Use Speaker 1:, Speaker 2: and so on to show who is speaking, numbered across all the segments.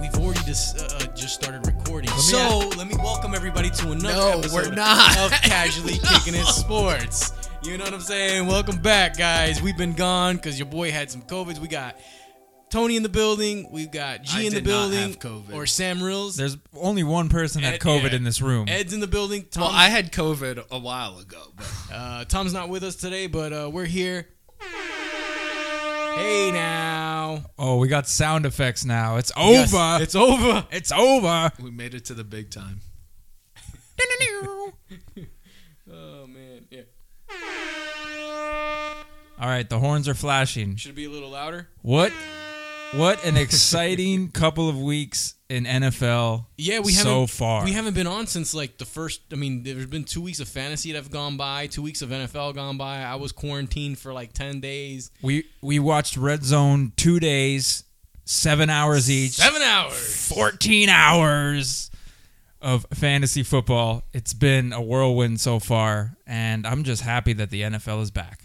Speaker 1: we've already just uh, uh, just started recording.
Speaker 2: me
Speaker 1: so let me welcome everybody to another
Speaker 2: No,
Speaker 1: episode
Speaker 2: we're not.
Speaker 1: of Casually Kicking It Sports. You know what I'm saying? Welcome back, guys. We've been gone because your boy had some COVIDs. We got Tony in the building. We've got G
Speaker 2: I
Speaker 1: in the
Speaker 2: did not
Speaker 1: building.
Speaker 2: have COVID.
Speaker 1: Or Sam Rills.
Speaker 3: There's only one person had
Speaker 1: Ed-
Speaker 3: COVID
Speaker 1: yeah.
Speaker 3: in this room.
Speaker 1: Ed's in the building. Tom,
Speaker 2: Well, I had COVID a while ago, but
Speaker 1: uh, Tom's not with us today, but uh, we're here. Hey now.
Speaker 3: Oh, we got sound effects now. It's over.
Speaker 1: Yes,
Speaker 3: it's,
Speaker 1: it's over.
Speaker 3: over.
Speaker 2: we made it to the big time.
Speaker 1: Oh, man. Yeah.
Speaker 3: All right, the horns are flashing.
Speaker 1: Should it be a little louder?
Speaker 3: What? What an exciting couple of weeks in NFL.
Speaker 1: Yeah, we haven't
Speaker 3: so far.
Speaker 1: We haven't been on since like the first. I mean, there's been two weeks of fantasy that have gone by, two weeks of NFL gone by. I was quarantined for like ten days,
Speaker 3: we we watched Red Zone two days, seven hours each,
Speaker 1: seven hours.
Speaker 3: fourteen hours of fantasy football. It's been a whirlwind so far, and I'm just happy that the NFL is back.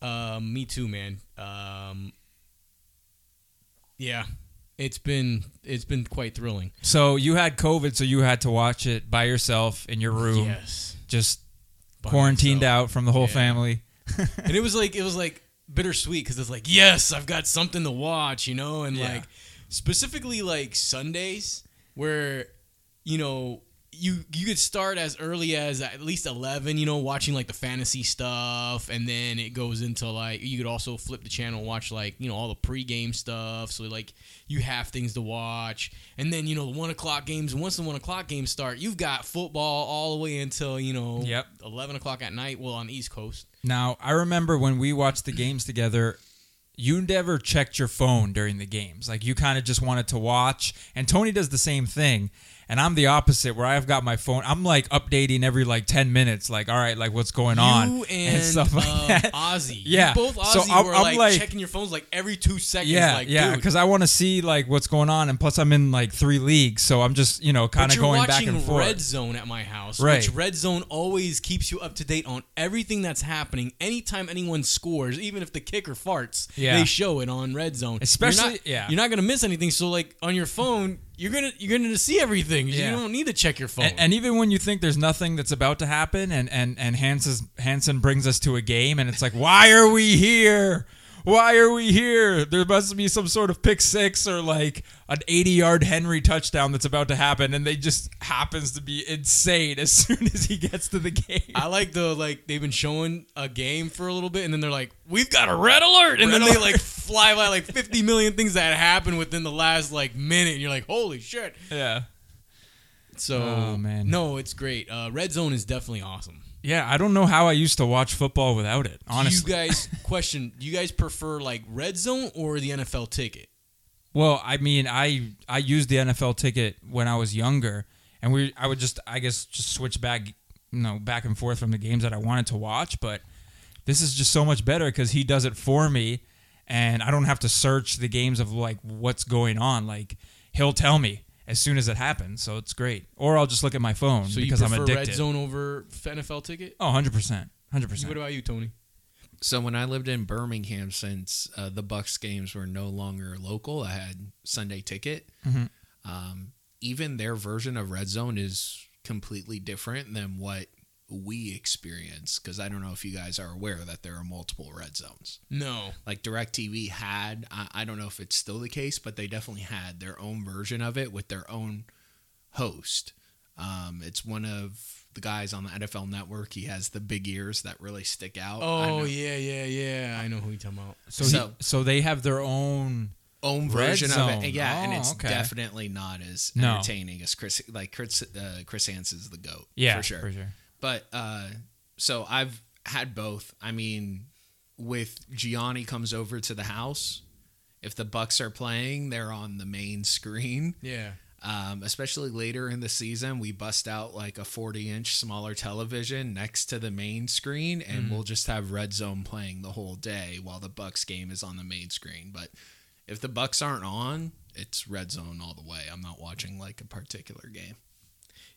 Speaker 1: Um, me too, man. Um, yeah, it's been it's been quite thrilling.
Speaker 3: So you had COVID, so you had to watch it by yourself in your room,
Speaker 1: Yes,
Speaker 3: just
Speaker 1: By
Speaker 3: quarantined
Speaker 1: myself.
Speaker 3: out from the whole
Speaker 1: Yeah.
Speaker 3: family.
Speaker 1: and it was like it was like bittersweet because it's like yes, I've got something to watch, you know, and
Speaker 3: Yeah.
Speaker 1: like specifically like Sundays where you know you you could start as early as at least 11 you know watching like the fantasy stuff and then it goes into like you could also flip the channel and watch like you know all the pregame stuff so like you have things to watch and then you know the one o'clock games once the one o'clock games start you've got football all the way until you know
Speaker 3: Yep.
Speaker 1: 11 o'clock at night well on the east coast
Speaker 3: Now I remember when we watched the games together. You never checked your phone during the games. Like you kind of just wanted to watch. And Tony does the same thing. And I'm the opposite where I've got my phone. I'm like updating every like 10 minutes. Like, all right, like what's going on
Speaker 1: You and,
Speaker 3: stuff like
Speaker 1: um,
Speaker 3: that.
Speaker 1: Ozzy.
Speaker 3: Yeah.
Speaker 1: You both
Speaker 3: So
Speaker 1: Ozzy
Speaker 3: I'm-
Speaker 1: were
Speaker 3: I'm
Speaker 1: like,
Speaker 3: like-
Speaker 1: checking your phones like every two seconds.
Speaker 3: Yeah,
Speaker 1: like,
Speaker 3: yeah,
Speaker 1: dude,
Speaker 3: because I want to see like what's going on, and plus I'm in like three leagues, so I'm just you know
Speaker 1: but
Speaker 3: kind of
Speaker 1: you're
Speaker 3: going back
Speaker 1: watching
Speaker 3: and forth.
Speaker 1: Red Zone at my house,
Speaker 3: Right.
Speaker 1: which Red Zone always keeps you up to date on everything that's happening. Anytime anyone scores, even if the kicker farts,
Speaker 3: Yeah.
Speaker 1: they show it on Red Zone. You're
Speaker 3: Especially-
Speaker 1: not-
Speaker 3: yeah.
Speaker 1: you're not gonna miss anything. So like on your phone, you're gonna you're gonna see everything.
Speaker 3: Yeah.
Speaker 1: You don't need to check your phone.
Speaker 3: And, and even when you think there's nothing that's about to happen, and and and Hansen's, Hansen brings us to a game, and it's like, why are we here? Why are we here? There must be some sort of pick six or like an 80 yard Henry touchdown that's about to happen, and they just happens to be insane as soon as he gets to the game.
Speaker 1: I like the like they've been showing a game for a little bit, and then they're like, "We've got a red alert," and then
Speaker 3: Red
Speaker 1: they like fly by like fifty million things that happen within the last like minute, and you're like, "Holy shit!"
Speaker 3: yeah.
Speaker 1: So,
Speaker 3: Oh, man.
Speaker 1: no, it's great. Uh, red Zone is definitely awesome.
Speaker 3: Yeah, I don't know how I used to watch football without it,
Speaker 1: Do
Speaker 3: honestly.
Speaker 1: you guys question: Do you guys prefer like Red Zone or the NFL ticket?
Speaker 3: Well, I mean, I I used the NFL ticket when I was younger, and we I would just I guess just switch back, you know, back and forth from the games that I wanted to watch. But this is just so much better because he does it for me, and I don't have to search the games of like what's going on. Like he'll tell me as soon as it happens, so it's great. Or I'll just look at my phone
Speaker 1: So
Speaker 3: because
Speaker 1: you
Speaker 3: I'm
Speaker 1: prefer
Speaker 3: addicted.
Speaker 1: Red Zone over NFL ticket?
Speaker 3: Oh, 100 percent, hundred percent.
Speaker 1: What about you, Tony?
Speaker 2: So when I lived in Birmingham, since uh, the Bucks games were no longer local, I had Sunday ticket.
Speaker 1: Mm-hmm.
Speaker 2: Um, even their version of Red Zone is completely different than what we experience because I don't know if you guys are aware that there are multiple red zones.
Speaker 3: Oh,
Speaker 1: No,
Speaker 2: Like DirecTV had, I, I don't know if it's still the case, but they definitely had their own version of it with their own host. Um, it's one of the guys on the NFL network. He has the big ears that really stick out. I
Speaker 1: oh
Speaker 2: know-
Speaker 1: yeah, yeah, yeah. I know who you're talking about.
Speaker 3: So so,
Speaker 2: So-
Speaker 3: so they have their own
Speaker 2: own
Speaker 3: Red
Speaker 2: version of
Speaker 3: Zone.
Speaker 2: it. And yeah, and
Speaker 3: Oh,
Speaker 2: it's
Speaker 3: okay.
Speaker 2: definitely not as
Speaker 3: No.
Speaker 2: entertaining as Chris. Like Chris, uh, Chris Hans is the goat.
Speaker 3: yeah
Speaker 2: for sure. But uh, so I've had both. I mean, with Gianni comes over to the house. If the Bucks are playing, they're on the main screen.
Speaker 1: Yeah.
Speaker 2: Um, especially later in the season, we bust out like a 40 inch smaller television next to the main screen, and we'll just have Red Zone playing the whole day while the Bucks game is on the main screen. But if the Bucks aren't on, it's Red Zone all the way. I'm not watching like a particular game.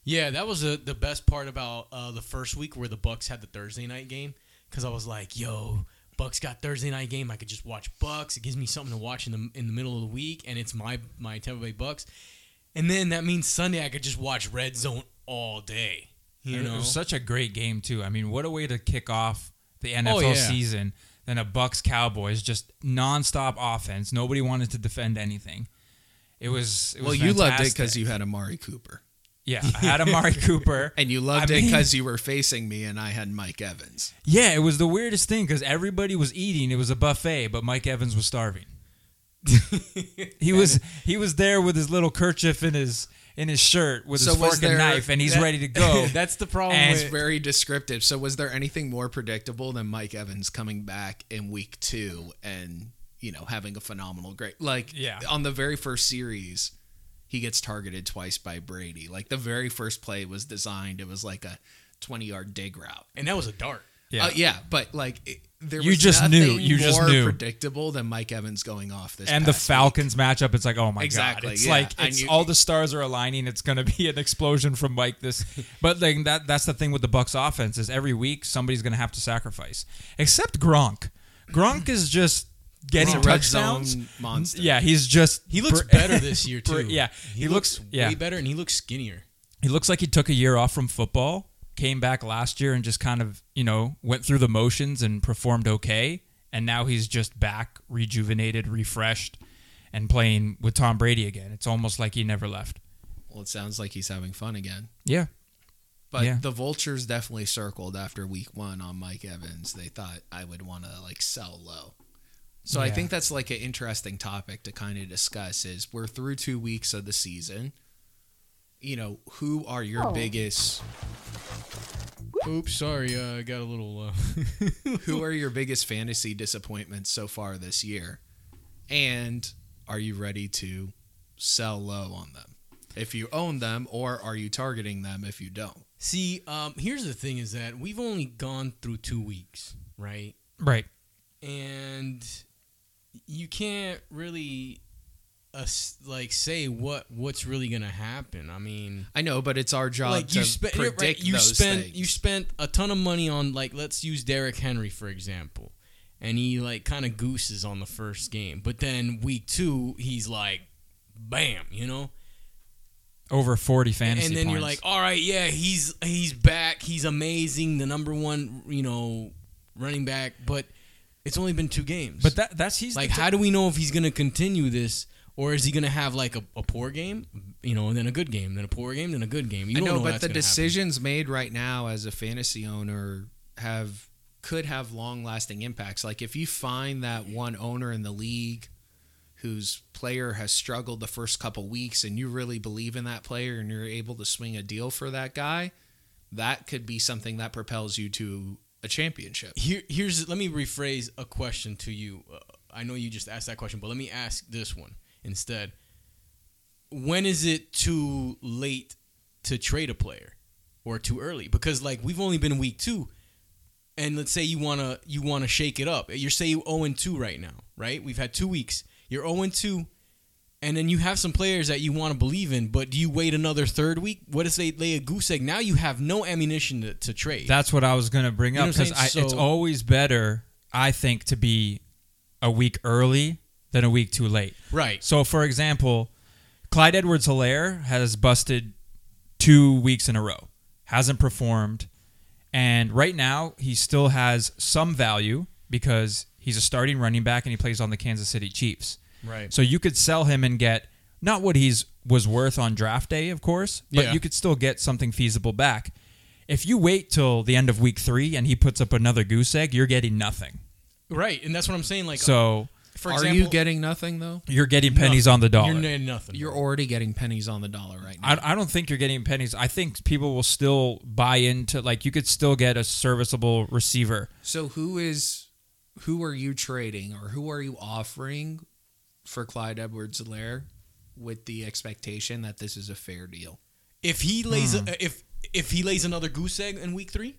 Speaker 1: Yeah, that was the the best part about uh, the first week where the Bucks had the Thursday night game because I was like, "Yo, Bucks got Thursday night game. I could just watch Bucks. It gives me something to watch in the in the middle of the week, and it's my my Tampa Bay Bucks. And then that means Sunday I could just watch Red Zone all day. You
Speaker 3: And
Speaker 1: know,
Speaker 3: It was such a great game too. I mean, what a way to kick off the
Speaker 2: Oh,
Speaker 1: yeah.
Speaker 3: NFL season than a Bucks Cowboys just nonstop offense. Nobody wanted to defend anything. It was, it was
Speaker 2: Well, you loved it
Speaker 3: fantastic.
Speaker 2: because you had Amari Cooper,
Speaker 3: yeah I had Amari Cooper
Speaker 2: and you loved
Speaker 3: I
Speaker 2: it
Speaker 3: mean-
Speaker 2: because you were facing me, and I had Mike Evans.
Speaker 3: yeah it was the weirdest thing because everybody was eating it was a buffet but Mike Evans was starving he was he was there with his little kerchief in his in his shirt with
Speaker 2: So
Speaker 3: his
Speaker 2: was
Speaker 3: fork
Speaker 2: there-
Speaker 3: and knife and he's
Speaker 1: That-
Speaker 3: ready to go
Speaker 1: That's the problem.
Speaker 3: And
Speaker 2: It's
Speaker 1: with-
Speaker 2: very descriptive. So, was there anything more predictable than Mike Evans coming back in week two and you know having a phenomenal great like
Speaker 3: Yeah.
Speaker 2: on the very first series? He gets targeted twice by Brady. Like the very first play was designed, it was like a twenty-yard dig route.
Speaker 1: and that was a dart.
Speaker 2: Yeah, uh, yeah, but like it, there
Speaker 3: You
Speaker 2: was
Speaker 3: just
Speaker 2: nothing
Speaker 3: knew. You
Speaker 2: more
Speaker 3: just knew.
Speaker 2: predictable than Mike Evans going off this.
Speaker 3: and the
Speaker 2: past
Speaker 3: Falcons matchup, it's like, oh my
Speaker 2: Exactly,
Speaker 3: god, it's
Speaker 2: yeah.
Speaker 3: like
Speaker 2: And
Speaker 3: it's
Speaker 2: you-
Speaker 3: all the stars are aligning. It's going to be an explosion from Mike this. But like that, that's the thing with the Bucks offense is every week somebody's going to have to sacrifice, except Gronk. Gronk is just
Speaker 2: week.
Speaker 3: getting
Speaker 2: He's a red
Speaker 3: touchdowns.
Speaker 2: zone monster.
Speaker 3: Yeah, he's just
Speaker 1: He looks
Speaker 3: br-
Speaker 1: better this year
Speaker 3: br-
Speaker 1: too.
Speaker 3: yeah,
Speaker 1: he,
Speaker 3: he,
Speaker 1: looks,
Speaker 3: looks, yeah,
Speaker 1: way better, and he looks skinnier.
Speaker 3: he looks like he took a year off from football, came back last year and just kind of, you know, went through the motions and performed okay. And now he's just back, rejuvenated, refreshed, and playing with Tom Brady again. It's almost like he never left.
Speaker 2: Well, it sounds like he's having fun again.
Speaker 3: Yeah.
Speaker 2: But
Speaker 3: Yeah.
Speaker 2: the vultures definitely circled after week one on Mike Evans. They thought I would want to like sell low. So I
Speaker 3: Yeah.
Speaker 2: think that's like an interesting topic to kind of discuss is we're through two weeks of the season. You know, who are your biggest
Speaker 1: Oops, sorry, uh, I got a little. Uh,
Speaker 2: who are your biggest fantasy disappointments so far this year? And are you ready to sell low on them? If you own them or are you targeting them if you don't?
Speaker 1: See, um, here's the thing: is that we've only gone through two weeks, right?
Speaker 3: Right.
Speaker 1: and you can't really uh, like say what what's really gonna happen. I mean,
Speaker 2: I know, but it's our job
Speaker 1: like
Speaker 2: to
Speaker 1: you spent
Speaker 2: predict
Speaker 1: you
Speaker 2: those
Speaker 1: spent
Speaker 2: things.
Speaker 1: you spent a ton of money on like let's use Derrick Henry for example, and he like kind of gooses on the first game, but then week two he's like, bam, you know,
Speaker 3: Over 40 fantasy
Speaker 1: and then you're like,
Speaker 3: points.
Speaker 1: all right, yeah, he's he's back, he's amazing, the number one you know running back, but it's only been two games,
Speaker 3: But that that's he's
Speaker 1: like
Speaker 3: the t-
Speaker 1: how do we know if he's gonna continue this or is he gonna have like a, a poor game you know and then a good game then a poor game then a good game you
Speaker 2: I
Speaker 1: don't
Speaker 2: know,
Speaker 1: know
Speaker 2: but
Speaker 1: that's
Speaker 2: the
Speaker 1: gonna
Speaker 2: decisions made right now as a fantasy owner have could have long-lasting impacts. Like if you find that one owner in the league whose player has struggled the first couple weeks and you really believe in that player and you're able to swing a deal for that guy, that could be something that propels you to a championship.
Speaker 1: happen. Here, here's let me rephrase a question to you uh, i know you just asked that question but let me ask this one instead when is it too late to trade a player or too early because like we've only been in week two and let's say you want to you want to shake it up you're say you 0 and 2 right now right we've had two weeks you're 0 and 2 and then you have some players that you want to believe in but do you wait another third week what if they lay a goose egg now you have no ammunition to, to trade
Speaker 3: that's what I was going to bring
Speaker 1: You know
Speaker 3: up
Speaker 1: what I'm
Speaker 3: because
Speaker 1: saying?
Speaker 3: it's
Speaker 1: So-
Speaker 3: always better, I think, to be a week early than a week too late.
Speaker 1: right
Speaker 3: So, for example, Clyde Edwards Hilaire has busted two weeks in a row, hasn't performed. And right now, he still has some value because he's a starting running back and he plays on the Kansas City Chiefs.
Speaker 1: right
Speaker 3: So you could sell him and get not what he's was worth on draft day, of course, but
Speaker 1: Yeah.
Speaker 3: you could still get something feasible back. If you wait till the end of week three and he puts up another goose egg, you're getting nothing.
Speaker 1: right and that's what i'm saying like
Speaker 3: So
Speaker 1: for
Speaker 2: Are
Speaker 1: example
Speaker 2: you getting nothing though?
Speaker 3: you're getting pennies on the dollar.
Speaker 1: you're n- nothing
Speaker 2: You're already getting pennies on the dollar right now.
Speaker 3: I, I don't think you're getting pennies. I think people will still buy into like you could still get a serviceable receiver.
Speaker 2: So who is who are you trading or who are you offering for Clyde Edwards Alaire with the expectation that this is a fair deal?
Speaker 1: if he lays
Speaker 3: Hmm.
Speaker 1: a, uh, if if he lays another goose egg in week three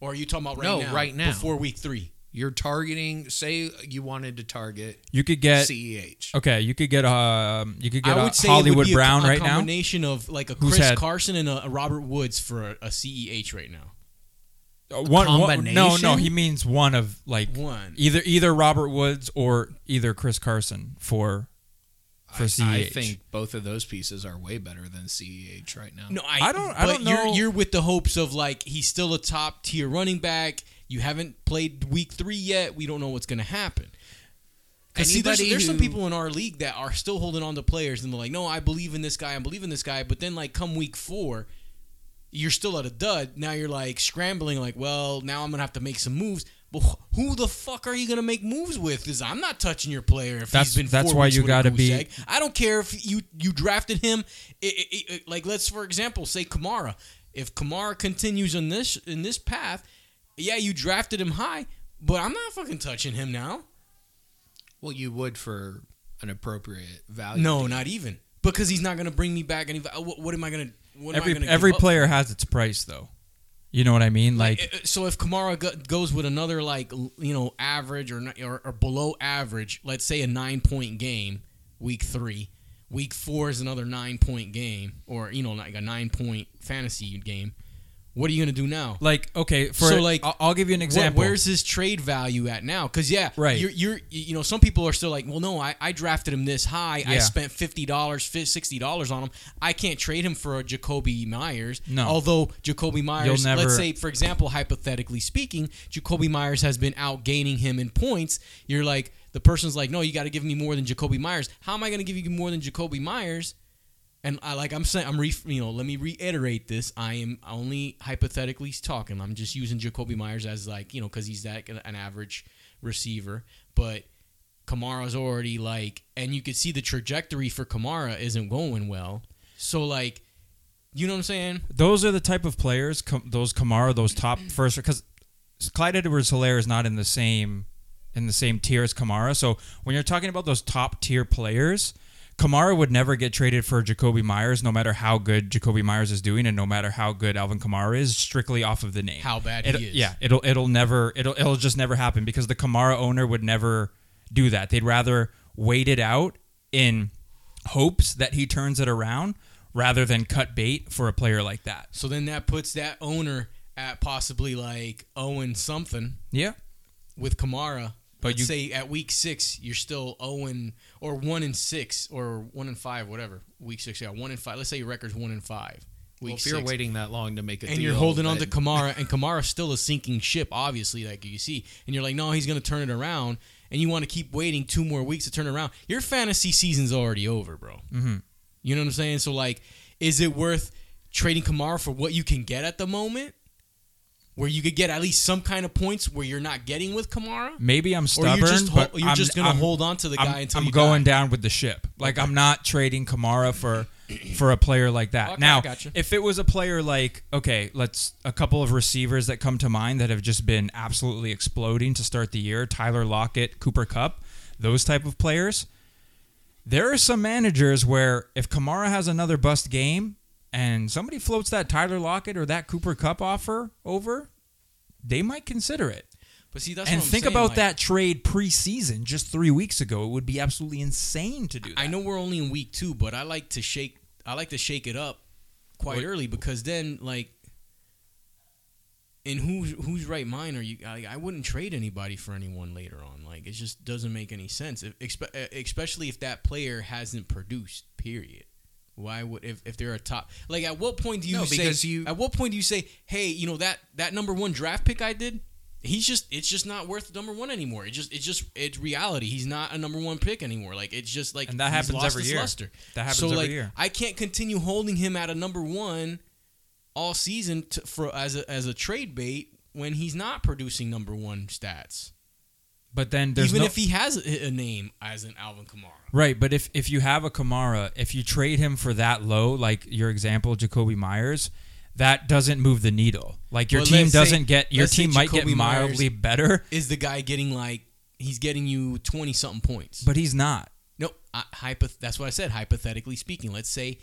Speaker 1: or are you talking about right
Speaker 2: No,
Speaker 1: now
Speaker 2: right now.
Speaker 1: before week three
Speaker 2: You're targeting say you wanted to target E
Speaker 3: You could get
Speaker 2: CEH.
Speaker 1: Oh,
Speaker 3: okay. You could get um you could get
Speaker 1: I
Speaker 3: a
Speaker 1: would say it would
Speaker 3: Hollywood
Speaker 1: be a-
Speaker 3: Brown
Speaker 1: a,
Speaker 3: right now.
Speaker 1: combination of like a
Speaker 3: Who's
Speaker 1: Chris
Speaker 3: had-
Speaker 1: E Carson and a, a Robert Woods for a, a CEH right now.
Speaker 3: Uh, One, one
Speaker 2: combination?
Speaker 3: no no he means one of like
Speaker 1: One.
Speaker 3: either either Robert Woods or either Chris Carson for for CEH.
Speaker 1: E
Speaker 2: I think both of those pieces are way better than CEH right now.
Speaker 1: No, I,
Speaker 3: I don't- I
Speaker 1: but
Speaker 3: don't
Speaker 1: You're,
Speaker 3: know-
Speaker 1: you're with the hopes of like he's still a top tier running back. You haven't played week three yet. We don't know what's going to happen. 'Cause see, there's,
Speaker 2: Anybody
Speaker 1: there's some
Speaker 2: who-
Speaker 1: people in our league that are still holding on to players, and they're like, "No, I believe in this guy. I believe in this guy." But then, like, come week four, you're still at a dud. Now you're like scrambling, like, "Well, now I'm gonna have to make some moves." But wh- who the fuck are you gonna make moves with? Because I'm not touching your player if
Speaker 3: That's-
Speaker 1: he's been.
Speaker 3: that's
Speaker 1: four
Speaker 3: why
Speaker 1: weeks
Speaker 3: you
Speaker 1: with a
Speaker 3: gotta
Speaker 1: goose
Speaker 3: be-
Speaker 1: egg. I don't care if you you drafted him. i i i like let's for example say Kamara. If Kamara continues on this in this path, yeah, you drafted him high, but I'm not fucking touching him now.
Speaker 2: Well, you would for an appropriate value.
Speaker 1: No, not even because he's not gonna bring me back any. va- What, what am I gonna? What am I
Speaker 3: every
Speaker 1: gonna
Speaker 3: every
Speaker 1: give up?
Speaker 3: player has its price though. You know what I mean? Like
Speaker 1: Uh, uh, so if Kamara go- goes with another like l- you know average or, not- or or below average, let's say a nine point game, week three, week four is another nine point game, or you know like a nine point fantasy game. What are you gonna do now?
Speaker 3: like okay for
Speaker 1: So, like,
Speaker 3: I'll, I'll give you an example.
Speaker 1: Where- where's his trade value at now? Because yeah,
Speaker 3: Right.
Speaker 1: You're, you're you know some people are still like, well, no, I, I drafted him this high. I
Speaker 3: Yeah.
Speaker 1: spent fifty dollars, sixty dollars on him. I can't trade him for a Jacoby Myers.
Speaker 3: No.
Speaker 1: although Jacoby Myers,
Speaker 3: never-
Speaker 1: let's say for example, hypothetically speaking, Jacoby Myers has been outgaining him in points. You're like the person's like, no, you got to give me more than Jacoby Myers. How am I going to give you more than Jacoby Myers? And I like I'm saying I'm re, you know let me reiterate this I am only hypothetically talking I'm just using Jacoby Myers as like you know because he's that an average receiver but Kamara's already like and you could see the trajectory for Kamara isn't going well so like you know what I'm saying
Speaker 3: those are the type of players, com- those Kamara, those top first, because Clyde Edwards Hilaire is not in the same in the same tier as Kamara. So when you're talking about those top tier players, Kamara would never get traded for Jacoby Myers, no matter how good Jacoby Myers is doing, and no matter how good Alvin Kamara is, strictly off of the name.
Speaker 1: How bad
Speaker 3: It'll-
Speaker 1: he is.
Speaker 3: Yeah, it'll it'll never it'll it'll just never happen because the Kamara owner would never do that. They'd rather wait it out in hopes that he turns it around rather than cut bait for a player like that.
Speaker 1: so then that puts that owner at possibly like owing something
Speaker 3: Yeah.
Speaker 1: with Kamara.
Speaker 3: But
Speaker 1: let's
Speaker 3: you-
Speaker 1: say at week six you're still zero and or one and six or one and five, whatever. Week six, yeah, one and five. Let's say your record's one and five. Week
Speaker 2: Well, if
Speaker 1: six,
Speaker 2: you're waiting that long to make a
Speaker 1: and you're
Speaker 2: deal,
Speaker 1: holding on to
Speaker 2: then-
Speaker 1: Kamara, and Kamara's still a sinking ship, obviously, like you see, and you're like, no, he's going to turn it around, and you want to keep waiting two more weeks to turn around. Your fantasy season's already over, bro. Mm-hmm. You know what I'm saying? So like, is it worth trading Kamara for what you can get at the moment? Where you could get at least some kind of points where you're not getting with Kamara?
Speaker 3: Maybe I'm
Speaker 1: Or
Speaker 3: stubborn,
Speaker 1: you're just,
Speaker 3: but
Speaker 1: hol- you're
Speaker 3: I'm,
Speaker 1: just gonna
Speaker 3: I'm-
Speaker 1: hold on to the
Speaker 3: I'm-
Speaker 1: guy until
Speaker 3: I'm
Speaker 1: you
Speaker 3: going
Speaker 1: die.
Speaker 3: down with the ship. Like I'm not trading Kamara for for a player like that.
Speaker 1: Okay, I
Speaker 3: now,
Speaker 1: gotcha.
Speaker 3: if it was a player like okay, let's a couple of receivers that come to mind that have just been absolutely exploding to start the year: Tyler Lockett, Cooper Cup, those type of players. There are some managers where if Kamara has another bust game and somebody floats that Tyler Lockett or that Cooper Cup offer over, they might consider it
Speaker 1: But see, that's
Speaker 3: and
Speaker 1: what I'm
Speaker 3: think
Speaker 1: saying,
Speaker 3: about
Speaker 1: like,
Speaker 3: that trade preseason just three weeks ago. It would be absolutely insane to do that.
Speaker 1: I know we're only in week two, but I like to shake. I like to shake it up quite
Speaker 3: What-
Speaker 1: early because then, like, in who's whose right mind are you? I, I wouldn't trade anybody for anyone later on. Like, it just doesn't make any sense. If, expe- uh, especially if that player hasn't produced. Period. Why would if, if they're a top like at what point do you
Speaker 2: No,
Speaker 1: say
Speaker 2: because you-
Speaker 1: at what point do you say hey you know that that number one draft pick I did he's just it's just not worth number one anymore it just it's just it's reality he's not a number one pick anymore like it's just like
Speaker 3: And that
Speaker 1: he's
Speaker 3: happens
Speaker 1: lost
Speaker 3: every
Speaker 1: his
Speaker 3: year.
Speaker 1: luster.
Speaker 3: That happens
Speaker 1: so
Speaker 3: every
Speaker 1: like,
Speaker 3: year.
Speaker 1: I can't continue holding him at a number one all season to, for as a, as a trade bait when he's not producing number one stats.
Speaker 3: but then there's
Speaker 1: Even
Speaker 3: no,
Speaker 1: if he has a, a name as an Alvin Kamara,
Speaker 3: right. But if if you have a Kamara, if you trade him for that low, like your example, Jacoby Myers, that doesn't move the needle. Like your
Speaker 1: Well,
Speaker 3: team
Speaker 1: let's say-
Speaker 3: doesn't get your
Speaker 1: let's say
Speaker 3: team might
Speaker 1: Jacoby
Speaker 3: get mildly better,
Speaker 1: is the guy getting like he's getting you twenty something points?
Speaker 3: but he's not.
Speaker 1: No, I, hypo, that's what I said. Hypothetically speaking, let's say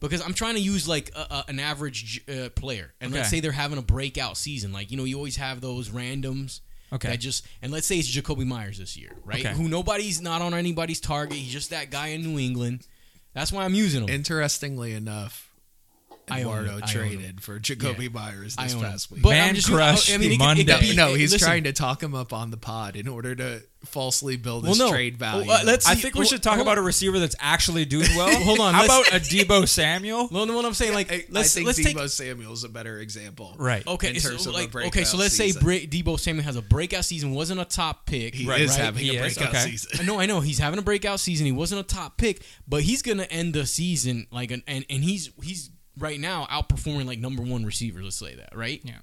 Speaker 1: because I'm trying to use like a, a, an average uh, player, and let's
Speaker 3: Okay.
Speaker 1: say they're having a breakout season. Like you know, you always have those randoms.
Speaker 3: Okay.
Speaker 1: That just and let's say it's Jacoby Myers this year, right?
Speaker 3: Okay.
Speaker 1: Who nobody's not on anybody's target. He's just that guy in New England. That's why I'm using him.
Speaker 2: Interestingly enough,
Speaker 1: I own it.
Speaker 2: Eduardo
Speaker 1: I own
Speaker 2: traded for Jacoby Myers
Speaker 1: I
Speaker 2: this
Speaker 1: own
Speaker 2: past
Speaker 1: it.
Speaker 2: week.
Speaker 1: But
Speaker 3: Man
Speaker 1: I'm just,
Speaker 3: crush
Speaker 1: I mean, it could-
Speaker 3: Monday.
Speaker 1: It could be,
Speaker 2: no, he's
Speaker 1: listen,
Speaker 2: trying to talk him up on the pod in order to falsely build
Speaker 1: Well,
Speaker 2: his
Speaker 1: no.
Speaker 2: trade value.
Speaker 1: Well, uh, let's
Speaker 3: I
Speaker 1: see-
Speaker 3: think we
Speaker 1: well,
Speaker 3: should talk
Speaker 1: hold
Speaker 3: about a receiver that's actually doing well.
Speaker 1: Hold on,
Speaker 3: How about
Speaker 1: let's-
Speaker 3: a Debo Samuel?
Speaker 1: Well, no, what I'm saying, like,
Speaker 2: I,
Speaker 1: let's
Speaker 2: I think
Speaker 1: let's
Speaker 2: Debo
Speaker 1: take
Speaker 2: Samuel's a better example.
Speaker 3: Right.
Speaker 1: okay,
Speaker 2: in
Speaker 1: so,
Speaker 2: terms of a
Speaker 1: like,
Speaker 2: breakout
Speaker 1: okay, so let's
Speaker 2: season.
Speaker 1: say Bra- Debo Samuel has a breakout season, wasn't a top pick.
Speaker 2: He
Speaker 1: right,
Speaker 2: is
Speaker 1: right?
Speaker 2: having
Speaker 3: He
Speaker 2: a
Speaker 3: is,
Speaker 2: breakout
Speaker 3: okay.
Speaker 2: season.
Speaker 1: I know, I know. He's having a breakout season. He wasn't a top pick, but he's gonna end the season like an and, and he's he's right now outperforming like number one receiver. Let's say that, right?
Speaker 3: Yeah.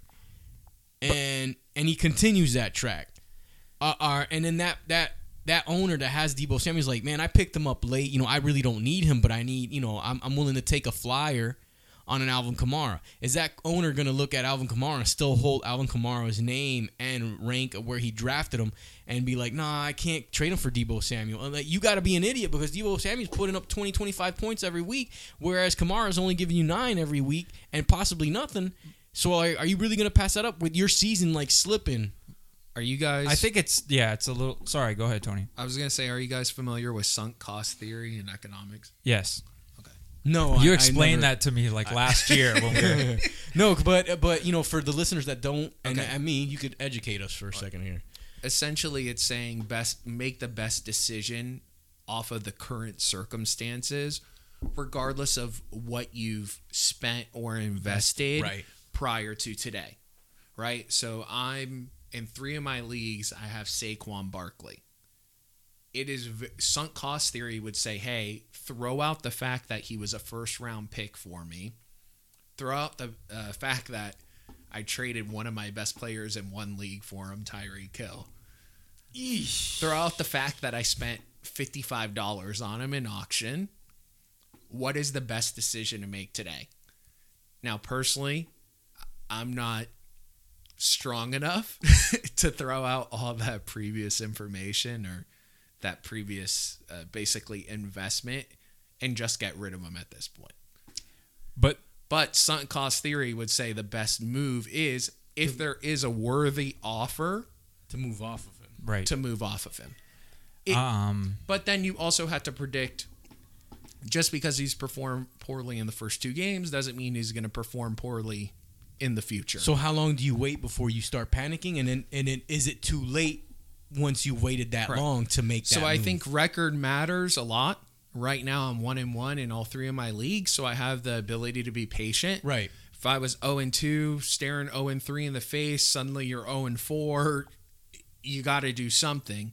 Speaker 1: And and he continues that track. Uh, uh, and then that that that owner that has Debo Samuel's like, man, I picked him up late. You know, I really don't need him, but I need you know, I'm I'm willing to take a flyer on an Alvin Kamara. Is that owner going to look at Alvin Kamara and still hold Alvin Kamara's name and rank of where he drafted him and be like, nah, I can't trade him for Debo Samuel? And, Like, you got to be an idiot because Debo Samuel's putting up 20, 25 points every week, whereas Kamara's only giving you nine every week and possibly nothing. So are, are you really going to pass that up with your season like slipping?
Speaker 2: Are you guys?
Speaker 3: I think it's yeah, it's a little. Sorry, go ahead, Tony.
Speaker 2: I was gonna say, are you guys familiar with sunk cost theory and economics?
Speaker 3: Yes,
Speaker 1: No,
Speaker 3: you
Speaker 1: Oh, I- I
Speaker 3: explained
Speaker 1: never-
Speaker 3: that to me like last year when we were
Speaker 1: No, but but you know, for the listeners that don't, and
Speaker 2: Okay.
Speaker 1: I mean, you could educate us for a second here.
Speaker 2: Essentially, it's saying best make the best decision off of the current circumstances, regardless of what you've spent or invested
Speaker 1: Right.
Speaker 2: prior to today. Right. So I'm in three of my leagues. I have Saquon Barkley. It is v- sunk cost theory would say, hey, throw out the fact that he was a first round pick for me. throw out the uh, fact that I traded one of my best players in one league for him, Tyree Kill. Throw out the fact that I spent $55 on him in auction. What is the best decision to make today? Now, personally, I'm not strong enough to throw out all that previous information or that previous uh, basically investment and just get rid of him at this point.
Speaker 3: But
Speaker 2: But sunk cost theory would say the best move is if there is a worthy offer
Speaker 1: To move off of him.
Speaker 3: right,
Speaker 2: to move off of him. it-
Speaker 3: um,
Speaker 2: But then you also have to predict just because he's performed poorly in the first two games doesn't mean he's going to perform poorly in the future.
Speaker 1: So how long do you wait before you start panicking, and then and then is it too late once you waited that
Speaker 2: Correct.
Speaker 1: long to make that?
Speaker 2: So I
Speaker 1: move?
Speaker 2: think record matters a lot. Right now I'm 1 and 1 in all three of my leagues, so I have the ability to be patient.
Speaker 1: right.
Speaker 2: if I was 0 and 2, staring 0 and 3 in the face, suddenly you're 0 and 4, you got to do something.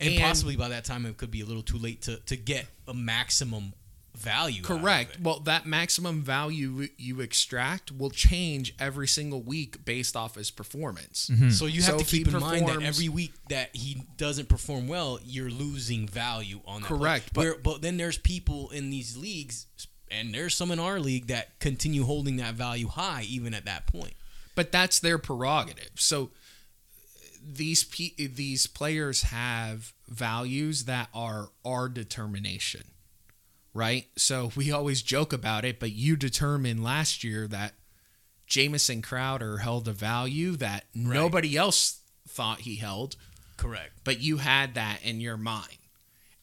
Speaker 1: And,
Speaker 2: And-
Speaker 1: possibly by that time it could be a little too late to, to get a maximum value. out of
Speaker 2: Correct.
Speaker 1: it.
Speaker 2: Well, that maximum value you extract will change every single week based off his performance.
Speaker 3: Hmm.
Speaker 1: So you have
Speaker 2: So
Speaker 1: to
Speaker 2: if he
Speaker 1: keep in mind that
Speaker 2: performs-
Speaker 1: every week that he doesn't perform well, you're losing value on that. play.
Speaker 2: Correct, but-
Speaker 1: Where- but then there's people in these leagues, and there's some in our league that continue holding that value high even at that point.
Speaker 2: But that's their prerogative. So these pe- these players have values that are our determination. Right? So we always joke about it, but you determined last year that Jamison Crowder held a value that nobody else thought he held.
Speaker 1: Correct.
Speaker 2: but you had that in your mind.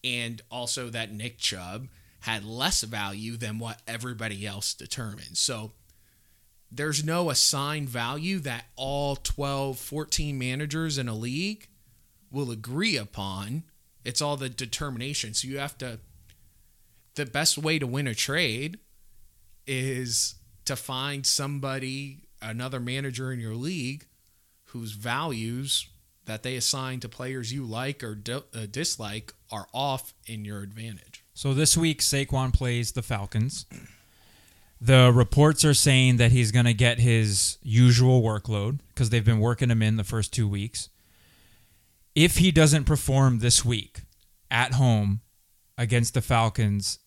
Speaker 2: And also that Nick Chubb had less value than what everybody else determined. So there's no assigned value that all 12, 14 managers in a league will agree upon. It's all the determination. So you have to, the best way to win a trade is to find somebody, another manager in your league, whose values that they assign to players you like or do, uh, dislike are off in your advantage.
Speaker 3: so this week Saquon plays the Falcons. The reports are saying that he's going to get his usual workload because they've been working him in the first two weeks. If he doesn't perform this week at home against the Falcons,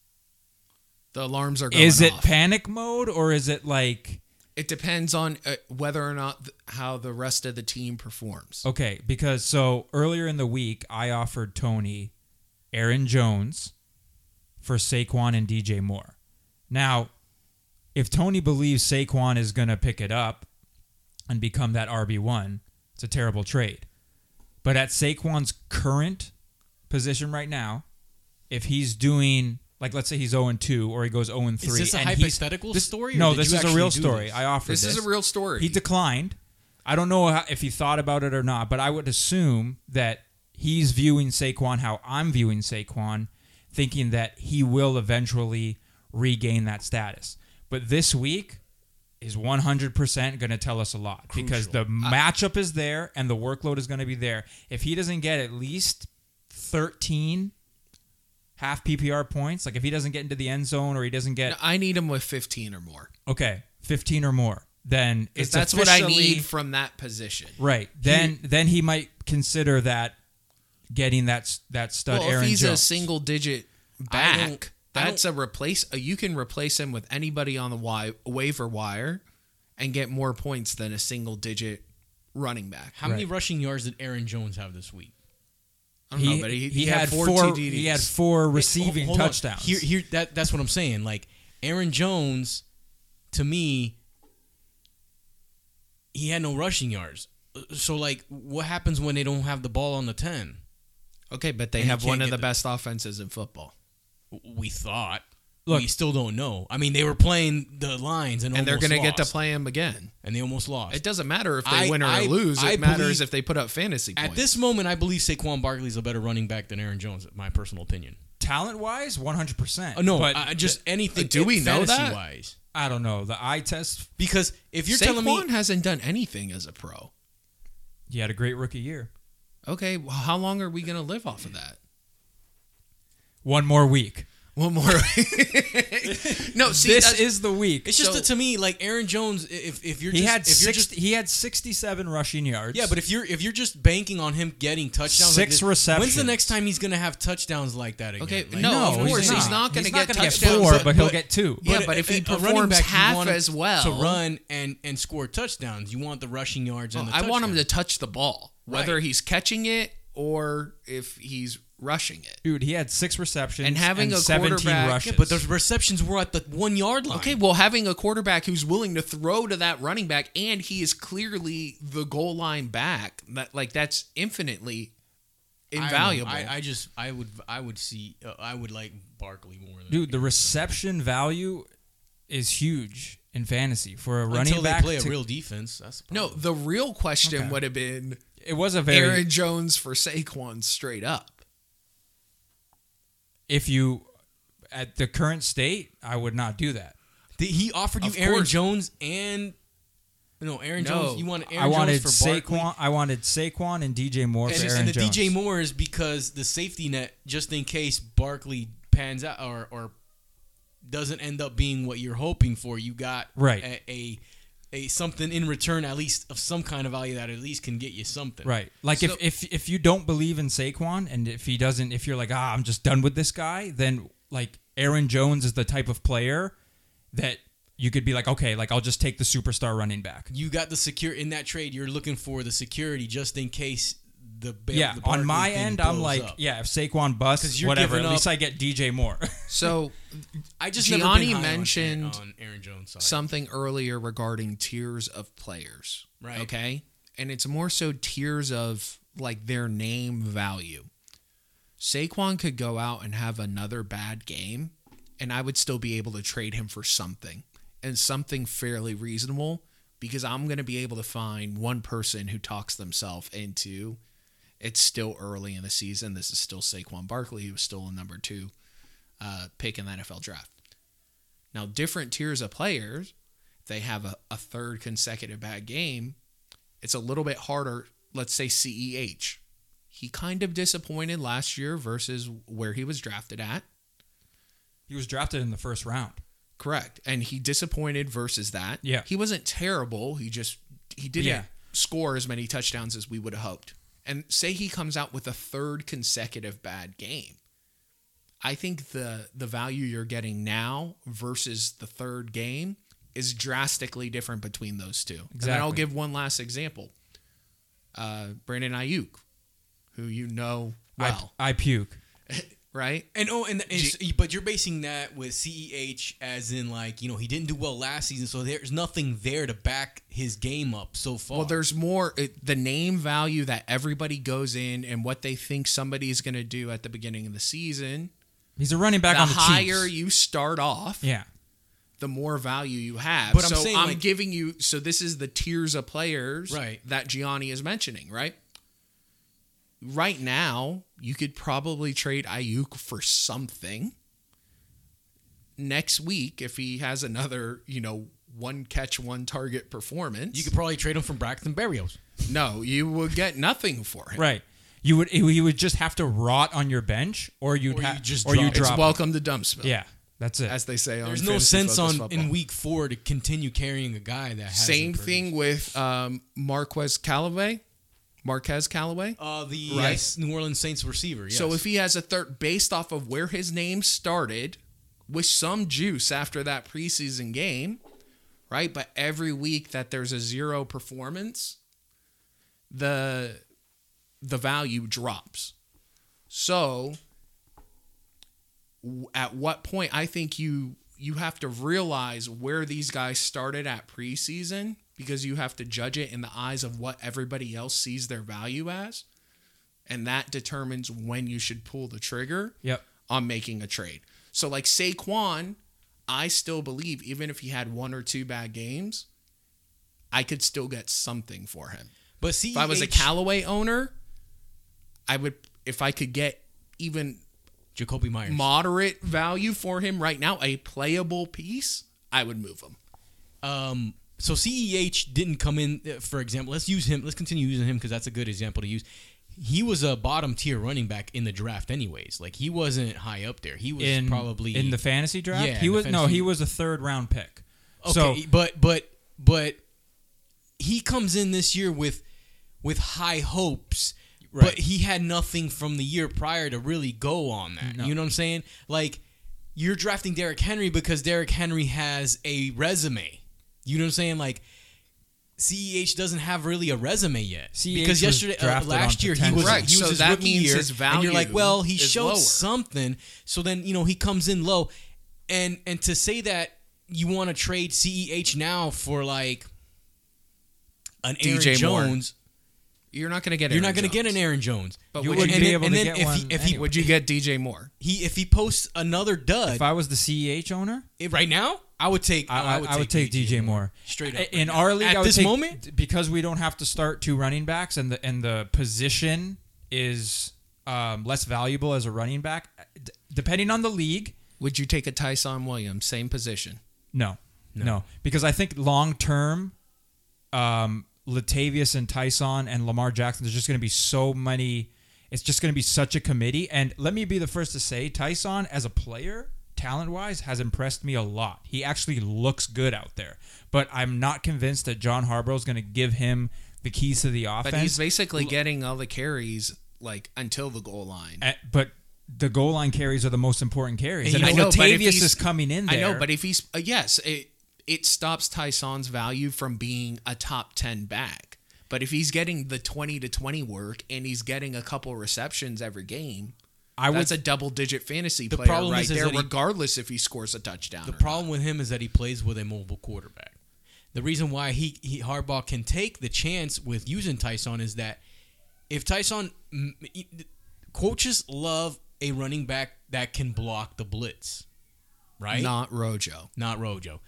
Speaker 2: The alarms are going
Speaker 3: is it
Speaker 2: off.
Speaker 3: panic mode or is it like
Speaker 2: it depends on uh, whether or not th- how the rest of the team performs.
Speaker 3: Okay, because so earlier in the week, I offered Tony Aaron Jones for Saquon and DJ Moore. Now, if Tony believes Saquon is going to pick it up and become that RB1, it's a terrible trade. But at Saquon's current position right now, if he's doing Like let's say he's 0 and 2 or he goes 0 and 3
Speaker 1: Is this a
Speaker 3: and he's-
Speaker 1: hypothetical
Speaker 3: this-
Speaker 1: story? or
Speaker 3: No,
Speaker 1: did
Speaker 3: this
Speaker 1: you
Speaker 3: is a
Speaker 1: actually
Speaker 3: real
Speaker 1: do
Speaker 3: story.
Speaker 1: this?
Speaker 3: I offered
Speaker 2: This
Speaker 3: this.
Speaker 2: is a real story.
Speaker 3: He declined. I don't know how, if he thought about it or not, but I would assume that he's viewing Saquon how I'm viewing Saquon, thinking that he will eventually regain that status. But this week is 100% going to tell us a lot because the matchup is there and the workload is going to be there. If he doesn't get at least 13 half PPR points, like if he doesn't get into the end zone or he doesn't get
Speaker 2: I need him with 15 or more.
Speaker 3: okay, 15 or more, then
Speaker 2: 'Cause
Speaker 3: it's
Speaker 2: that's what I
Speaker 3: officially-
Speaker 2: need from that position.
Speaker 3: Right. Then then he might consider that getting that s- that stud
Speaker 2: Well,
Speaker 3: Aaron
Speaker 2: if he's
Speaker 3: Jones.
Speaker 2: a single digit
Speaker 1: I don't-
Speaker 2: back,
Speaker 1: I don't-
Speaker 2: that's a replace. uh, You can replace him with anybody on the wi- waiver wire and get more points than a single digit running back.
Speaker 1: How many rushing yards did Aaron Jones have this week?
Speaker 2: I don't know, but he, he, had, four, TDs.
Speaker 3: He had four receiving
Speaker 1: Hold on.
Speaker 3: touchdowns.
Speaker 1: Here, here, that that's what I'm saying. Like Aaron Jones, to me, he had no rushing yards. So like, what happens when they don't have the ball on the ten?
Speaker 2: okay, but they
Speaker 1: and he
Speaker 2: have
Speaker 1: can't
Speaker 2: one of
Speaker 1: get
Speaker 2: the
Speaker 1: the-
Speaker 2: best offenses in football,
Speaker 1: We thought.
Speaker 3: Look-
Speaker 1: we still don't know. I mean, they were playing the lines, and,
Speaker 2: and they're
Speaker 1: going to
Speaker 2: get to play him again.
Speaker 1: and they almost lost.
Speaker 2: It doesn't matter if they
Speaker 1: I-
Speaker 2: win or
Speaker 1: I-
Speaker 2: lose. It
Speaker 1: I
Speaker 2: matters
Speaker 1: believe-
Speaker 2: if they put up fantasy points.
Speaker 1: At this moment, I believe Saquon Barkley is a better running back than Aaron Jones, in my personal opinion.
Speaker 3: Talent wise, one hundred percent.
Speaker 2: Oh,
Speaker 1: Uh, no,
Speaker 3: but
Speaker 1: I, I just anything.
Speaker 2: do we know that?
Speaker 1: Wise,
Speaker 3: I don't know. The eye test.
Speaker 1: because if you're
Speaker 2: Saquon
Speaker 1: telling me
Speaker 2: hasn't done anything as a pro.
Speaker 3: He had a great rookie year.
Speaker 2: Okay, well, how long are we going to live off of that?
Speaker 3: One more week.
Speaker 2: One more. no, see,
Speaker 3: this
Speaker 2: that's-
Speaker 3: is the week.
Speaker 1: It's just
Speaker 2: So-
Speaker 1: that to me, like Aaron Jones, i- if if you're
Speaker 3: He
Speaker 1: just,
Speaker 3: had
Speaker 1: if you're
Speaker 3: 60,
Speaker 1: just
Speaker 3: he had sixty-seven rushing yards.
Speaker 1: yeah, but if you're if you're just banking on him getting touchdowns, like
Speaker 3: Six
Speaker 1: this, When's the
Speaker 3: receptions.
Speaker 1: next time he's gonna have touchdowns like that again?
Speaker 2: Okay,
Speaker 1: Like,
Speaker 2: no,
Speaker 3: no,
Speaker 2: of course
Speaker 3: he's
Speaker 2: he's not
Speaker 3: not,
Speaker 2: going to
Speaker 3: He's not
Speaker 2: get
Speaker 3: gonna get
Speaker 2: touchdowns.
Speaker 3: four,
Speaker 2: but-
Speaker 3: but, he'll
Speaker 1: but-
Speaker 3: get two.
Speaker 2: Yeah, but
Speaker 1: a-
Speaker 2: if he
Speaker 1: a running
Speaker 2: performs
Speaker 1: back, you
Speaker 2: half
Speaker 1: want him
Speaker 2: as well-
Speaker 1: to run and and score touchdowns, you want the rushing yards and the.
Speaker 2: Oh, I want him to
Speaker 1: touchdowns.
Speaker 2: touch the ball, whether
Speaker 1: Right.
Speaker 2: he's catching it or if he's rushing it.
Speaker 3: Dude, he had six receptions
Speaker 2: And having a
Speaker 3: seventeen
Speaker 2: quarterback-
Speaker 3: rushes.
Speaker 2: Yeah,
Speaker 1: But those receptions were at the one yard line.
Speaker 2: Okay, well, having a quarterback who's willing to throw to that running back, and he is clearly the goal line back. That like that's infinitely
Speaker 1: I don't know.
Speaker 2: invaluable.
Speaker 1: I, I just I would I would see uh, I would like Barkley more than
Speaker 3: dude, the reception value is huge in fantasy for a running
Speaker 1: until
Speaker 3: back.
Speaker 1: they play a
Speaker 3: to-
Speaker 1: real defense. That's the
Speaker 2: no,
Speaker 1: problem.
Speaker 2: the real question
Speaker 3: Okay.
Speaker 2: would have been
Speaker 3: it was a very
Speaker 2: Aaron Jones for Saquon straight up.
Speaker 3: if you at the current state, I would not do that.
Speaker 1: Did he offered you
Speaker 2: Of
Speaker 1: Aaron
Speaker 2: course.
Speaker 1: Jones and no Aaron
Speaker 2: No.
Speaker 1: Jones. You want Aaron
Speaker 3: I wanted
Speaker 1: Jones for Barkley.
Speaker 3: Saquon. I wanted Saquon and DJ Moore
Speaker 1: and,
Speaker 3: for Aaron
Speaker 1: and the
Speaker 3: Jones.
Speaker 1: DJ Moore is because the safety net, just in case Barkley pans out or or doesn't end up being what you're hoping for, you got
Speaker 3: Right.
Speaker 1: a, a a something in return at least of some kind of value that at least can get you something.
Speaker 3: Right. Like
Speaker 2: So-
Speaker 3: if, if if you don't believe in Saquon and if he doesn't if you're like, ah, I'm just done with this guy, then like Aaron Jones is the type of player that you could be like, okay, like I'll just take the superstar running back.
Speaker 1: You got the secure in that trade. You're looking for the security just in case the ba-
Speaker 3: yeah.
Speaker 1: the Barkley
Speaker 3: On my
Speaker 1: thing
Speaker 3: end, I'm
Speaker 1: blows
Speaker 3: like,
Speaker 1: up.
Speaker 3: yeah, if Saquon
Speaker 1: 'Cause
Speaker 3: busts,
Speaker 1: you're
Speaker 3: whatever, at
Speaker 1: giving
Speaker 3: least
Speaker 1: up-
Speaker 3: I get DJ Moore.
Speaker 2: So
Speaker 1: I just
Speaker 2: Gianni
Speaker 1: Gianni
Speaker 2: mentioned
Speaker 1: mentioned on, Aaron Jones. Sorry.
Speaker 2: something earlier regarding tiers of players.
Speaker 1: Right.
Speaker 2: Okay. And it's more so tiers of like their name value. Saquon could go out and have another bad game, and I would still be able to trade him for something and something fairly reasonable because I'm going to be able to find one person who talks themselves into it's still early in the season. This is still Saquon Barkley, who was still a number two uh, pick in the NFL draft. Now, different tiers of players, they have a, a third consecutive bad game. It's a little bit harder. Let's say CEH. He kind of disappointed last year versus where he was drafted at.
Speaker 3: he was drafted in the first round.
Speaker 2: Correct. And he disappointed versus that.
Speaker 3: Yeah.
Speaker 2: He wasn't terrible. He just he didn't
Speaker 3: Yeah.
Speaker 2: score as many touchdowns as we would have hoped. And say he comes out with a third consecutive bad game. I think the the value you're getting now versus the third game is drastically different between those two. And then I'll
Speaker 3: Exactly.
Speaker 2: give one last example. Uh, Brandon Ayuk, who you know well,
Speaker 3: I, I puke.
Speaker 2: right?
Speaker 1: And oh, and, and so- but you're basing that with CEH as in like you know he didn't do well last season, so there's nothing there to back his game up so far.
Speaker 2: Well, Oh, there's more it, the name value that everybody goes in and what they think somebody is going to do at the beginning of the season
Speaker 3: He's a running back
Speaker 2: the
Speaker 3: on the
Speaker 2: higher
Speaker 3: Chiefs.
Speaker 2: you start off,
Speaker 3: yeah.
Speaker 2: the more value you have.
Speaker 1: But I'm
Speaker 2: so
Speaker 1: saying,
Speaker 2: I'm
Speaker 1: like-
Speaker 2: giving you. So this is the tiers of players
Speaker 1: Right.
Speaker 2: that Gianni is mentioning, right? Right now, you could probably trade Ayuk for something. Next week, if he has another, you know, one catch, one target performance,
Speaker 1: You could probably trade him for Braxton Berrios.
Speaker 2: no, you will get nothing for him.
Speaker 3: Right. You would he would just have to rot on your bench, or you'd
Speaker 1: Or
Speaker 3: ha-
Speaker 1: you just
Speaker 3: or
Speaker 1: drop
Speaker 3: you
Speaker 1: him.
Speaker 2: It's
Speaker 3: drop. him.
Speaker 2: welcome to Dumpsville.
Speaker 3: yeah, that's it.
Speaker 2: as they say. on
Speaker 1: There's no
Speaker 2: Fantasy
Speaker 1: sense on
Speaker 2: Focus
Speaker 1: in
Speaker 2: Football.
Speaker 1: week four to continue carrying a guy that has
Speaker 2: Same thing with um, Marquez Callaway, Marquez Callaway.
Speaker 1: Uh, the
Speaker 2: Right.
Speaker 1: yes, New Orleans Saints receiver. Yes.
Speaker 2: So if he has a third, based off of where his name started, with some juice after that preseason game, right? But every week that there's a zero performance, the the value drops. So w- at what point I think you you have to realize where these guys started at preseason because you have to judge it in the eyes of what everybody else sees their value as and that determines when you should pull the trigger
Speaker 3: Yep.
Speaker 2: on making a trade. So like Saquon, I still believe even if he had one or two bad games, I could still get something for him.
Speaker 1: but E see,
Speaker 2: If I was a Callaway owner, I would if I could get even
Speaker 1: Jacoby Myers.
Speaker 2: moderate value for him right now, a playable piece, I would move him.
Speaker 1: um, so Ceh didn't come in. uh, For example, let's use him. Let's continue using him because that's a good example to use. He was a bottom tier running back in the draft, anyways. Like he wasn't high up there. He was
Speaker 3: In
Speaker 1: probably
Speaker 3: in the fantasy draft,
Speaker 1: Yeah, in
Speaker 3: he
Speaker 1: the
Speaker 3: was no,
Speaker 1: fantasy-
Speaker 3: he was a third round pick.
Speaker 1: Okay, but but but he comes in this year with with high hopes, but
Speaker 3: Right.
Speaker 1: he had nothing from the year prior to really go on that. You know what I'm saying? Like you're drafting Derrick Henry because Derrick Henry has a resume. You know what I'm saying? Like CEH E doesn't have really a resume yet
Speaker 3: CEH
Speaker 1: because
Speaker 3: E was
Speaker 1: yesterday uh,
Speaker 3: drafted
Speaker 1: last
Speaker 3: on
Speaker 1: year he
Speaker 3: potential.
Speaker 1: was
Speaker 2: Right,
Speaker 1: he was
Speaker 2: so
Speaker 1: his
Speaker 2: that
Speaker 1: rookie
Speaker 2: means
Speaker 1: year,
Speaker 2: his
Speaker 1: and you're like,
Speaker 2: value
Speaker 1: well, he
Speaker 2: is
Speaker 1: showed
Speaker 2: lower.
Speaker 1: something. So then you know he comes in low, and and to say that you want to trade Ceh now for like an
Speaker 2: DJ
Speaker 1: Aaron
Speaker 2: Moore.
Speaker 1: Jones,
Speaker 2: You're not gonna get
Speaker 1: you're not
Speaker 2: Aaron
Speaker 1: going to get an
Speaker 2: Jones.
Speaker 1: Aaron Jones.
Speaker 2: But
Speaker 3: You
Speaker 2: would
Speaker 1: and
Speaker 3: wouldn't
Speaker 2: you,
Speaker 1: and then,
Speaker 3: be able
Speaker 1: and
Speaker 3: to
Speaker 1: then
Speaker 3: get
Speaker 1: if
Speaker 3: one
Speaker 1: he if he,
Speaker 3: anyway.
Speaker 2: would you get DJ Moore?
Speaker 1: he if he posts another dud
Speaker 3: if I was the CEH owner,
Speaker 1: it- right now, I would take
Speaker 3: I, I, I would, take, DJ Moore
Speaker 1: straight up.
Speaker 3: I-
Speaker 1: right
Speaker 3: in
Speaker 1: now.
Speaker 3: our league.
Speaker 1: at
Speaker 3: I would
Speaker 1: this
Speaker 3: take-
Speaker 1: moment,
Speaker 3: because we don't have to start two running backs, and the and the position is um, less valuable as a running back, d- depending on the league.
Speaker 2: Would you take a Tyson Williams, same position?
Speaker 3: No, no, because I think long term, um, Latavius and Tyson and Lamar Jackson. There's just going to be so many. It's just going to be such a committee. And let me be the first to say, Tyson as a player, talent wise, has impressed me a lot. He actually looks good out there. But I'm not convinced that John Harbaugh is going to give him the keys to the offense.
Speaker 2: But he's basically getting all the carries like until the goal line.
Speaker 3: Uh, but the goal line carries are the most important carries.
Speaker 2: And
Speaker 3: And,
Speaker 2: you
Speaker 3: if
Speaker 2: know, but if
Speaker 3: Latavius
Speaker 2: he's-
Speaker 3: is coming in there.
Speaker 2: I know, but if he's uh, yes, it it stops Tyson's value from being a top ten back. But if he's getting the twenty to twenty work and he's getting a couple receptions every game,
Speaker 3: I would
Speaker 2: that's a double digit fantasy player
Speaker 1: problem
Speaker 2: right
Speaker 1: is- is
Speaker 2: there,
Speaker 1: that he-
Speaker 2: regardless if he scores a touchdown.
Speaker 1: The
Speaker 2: or
Speaker 1: problem with him is that he plays with a mobile quarterback. The reason why he, he Harbaugh can take the chance with using Tyson is that if Tyson mm, he- coaches love a running back that can block the blitz,
Speaker 2: not.
Speaker 1: right?
Speaker 2: not Rojo.
Speaker 1: Not Rojo.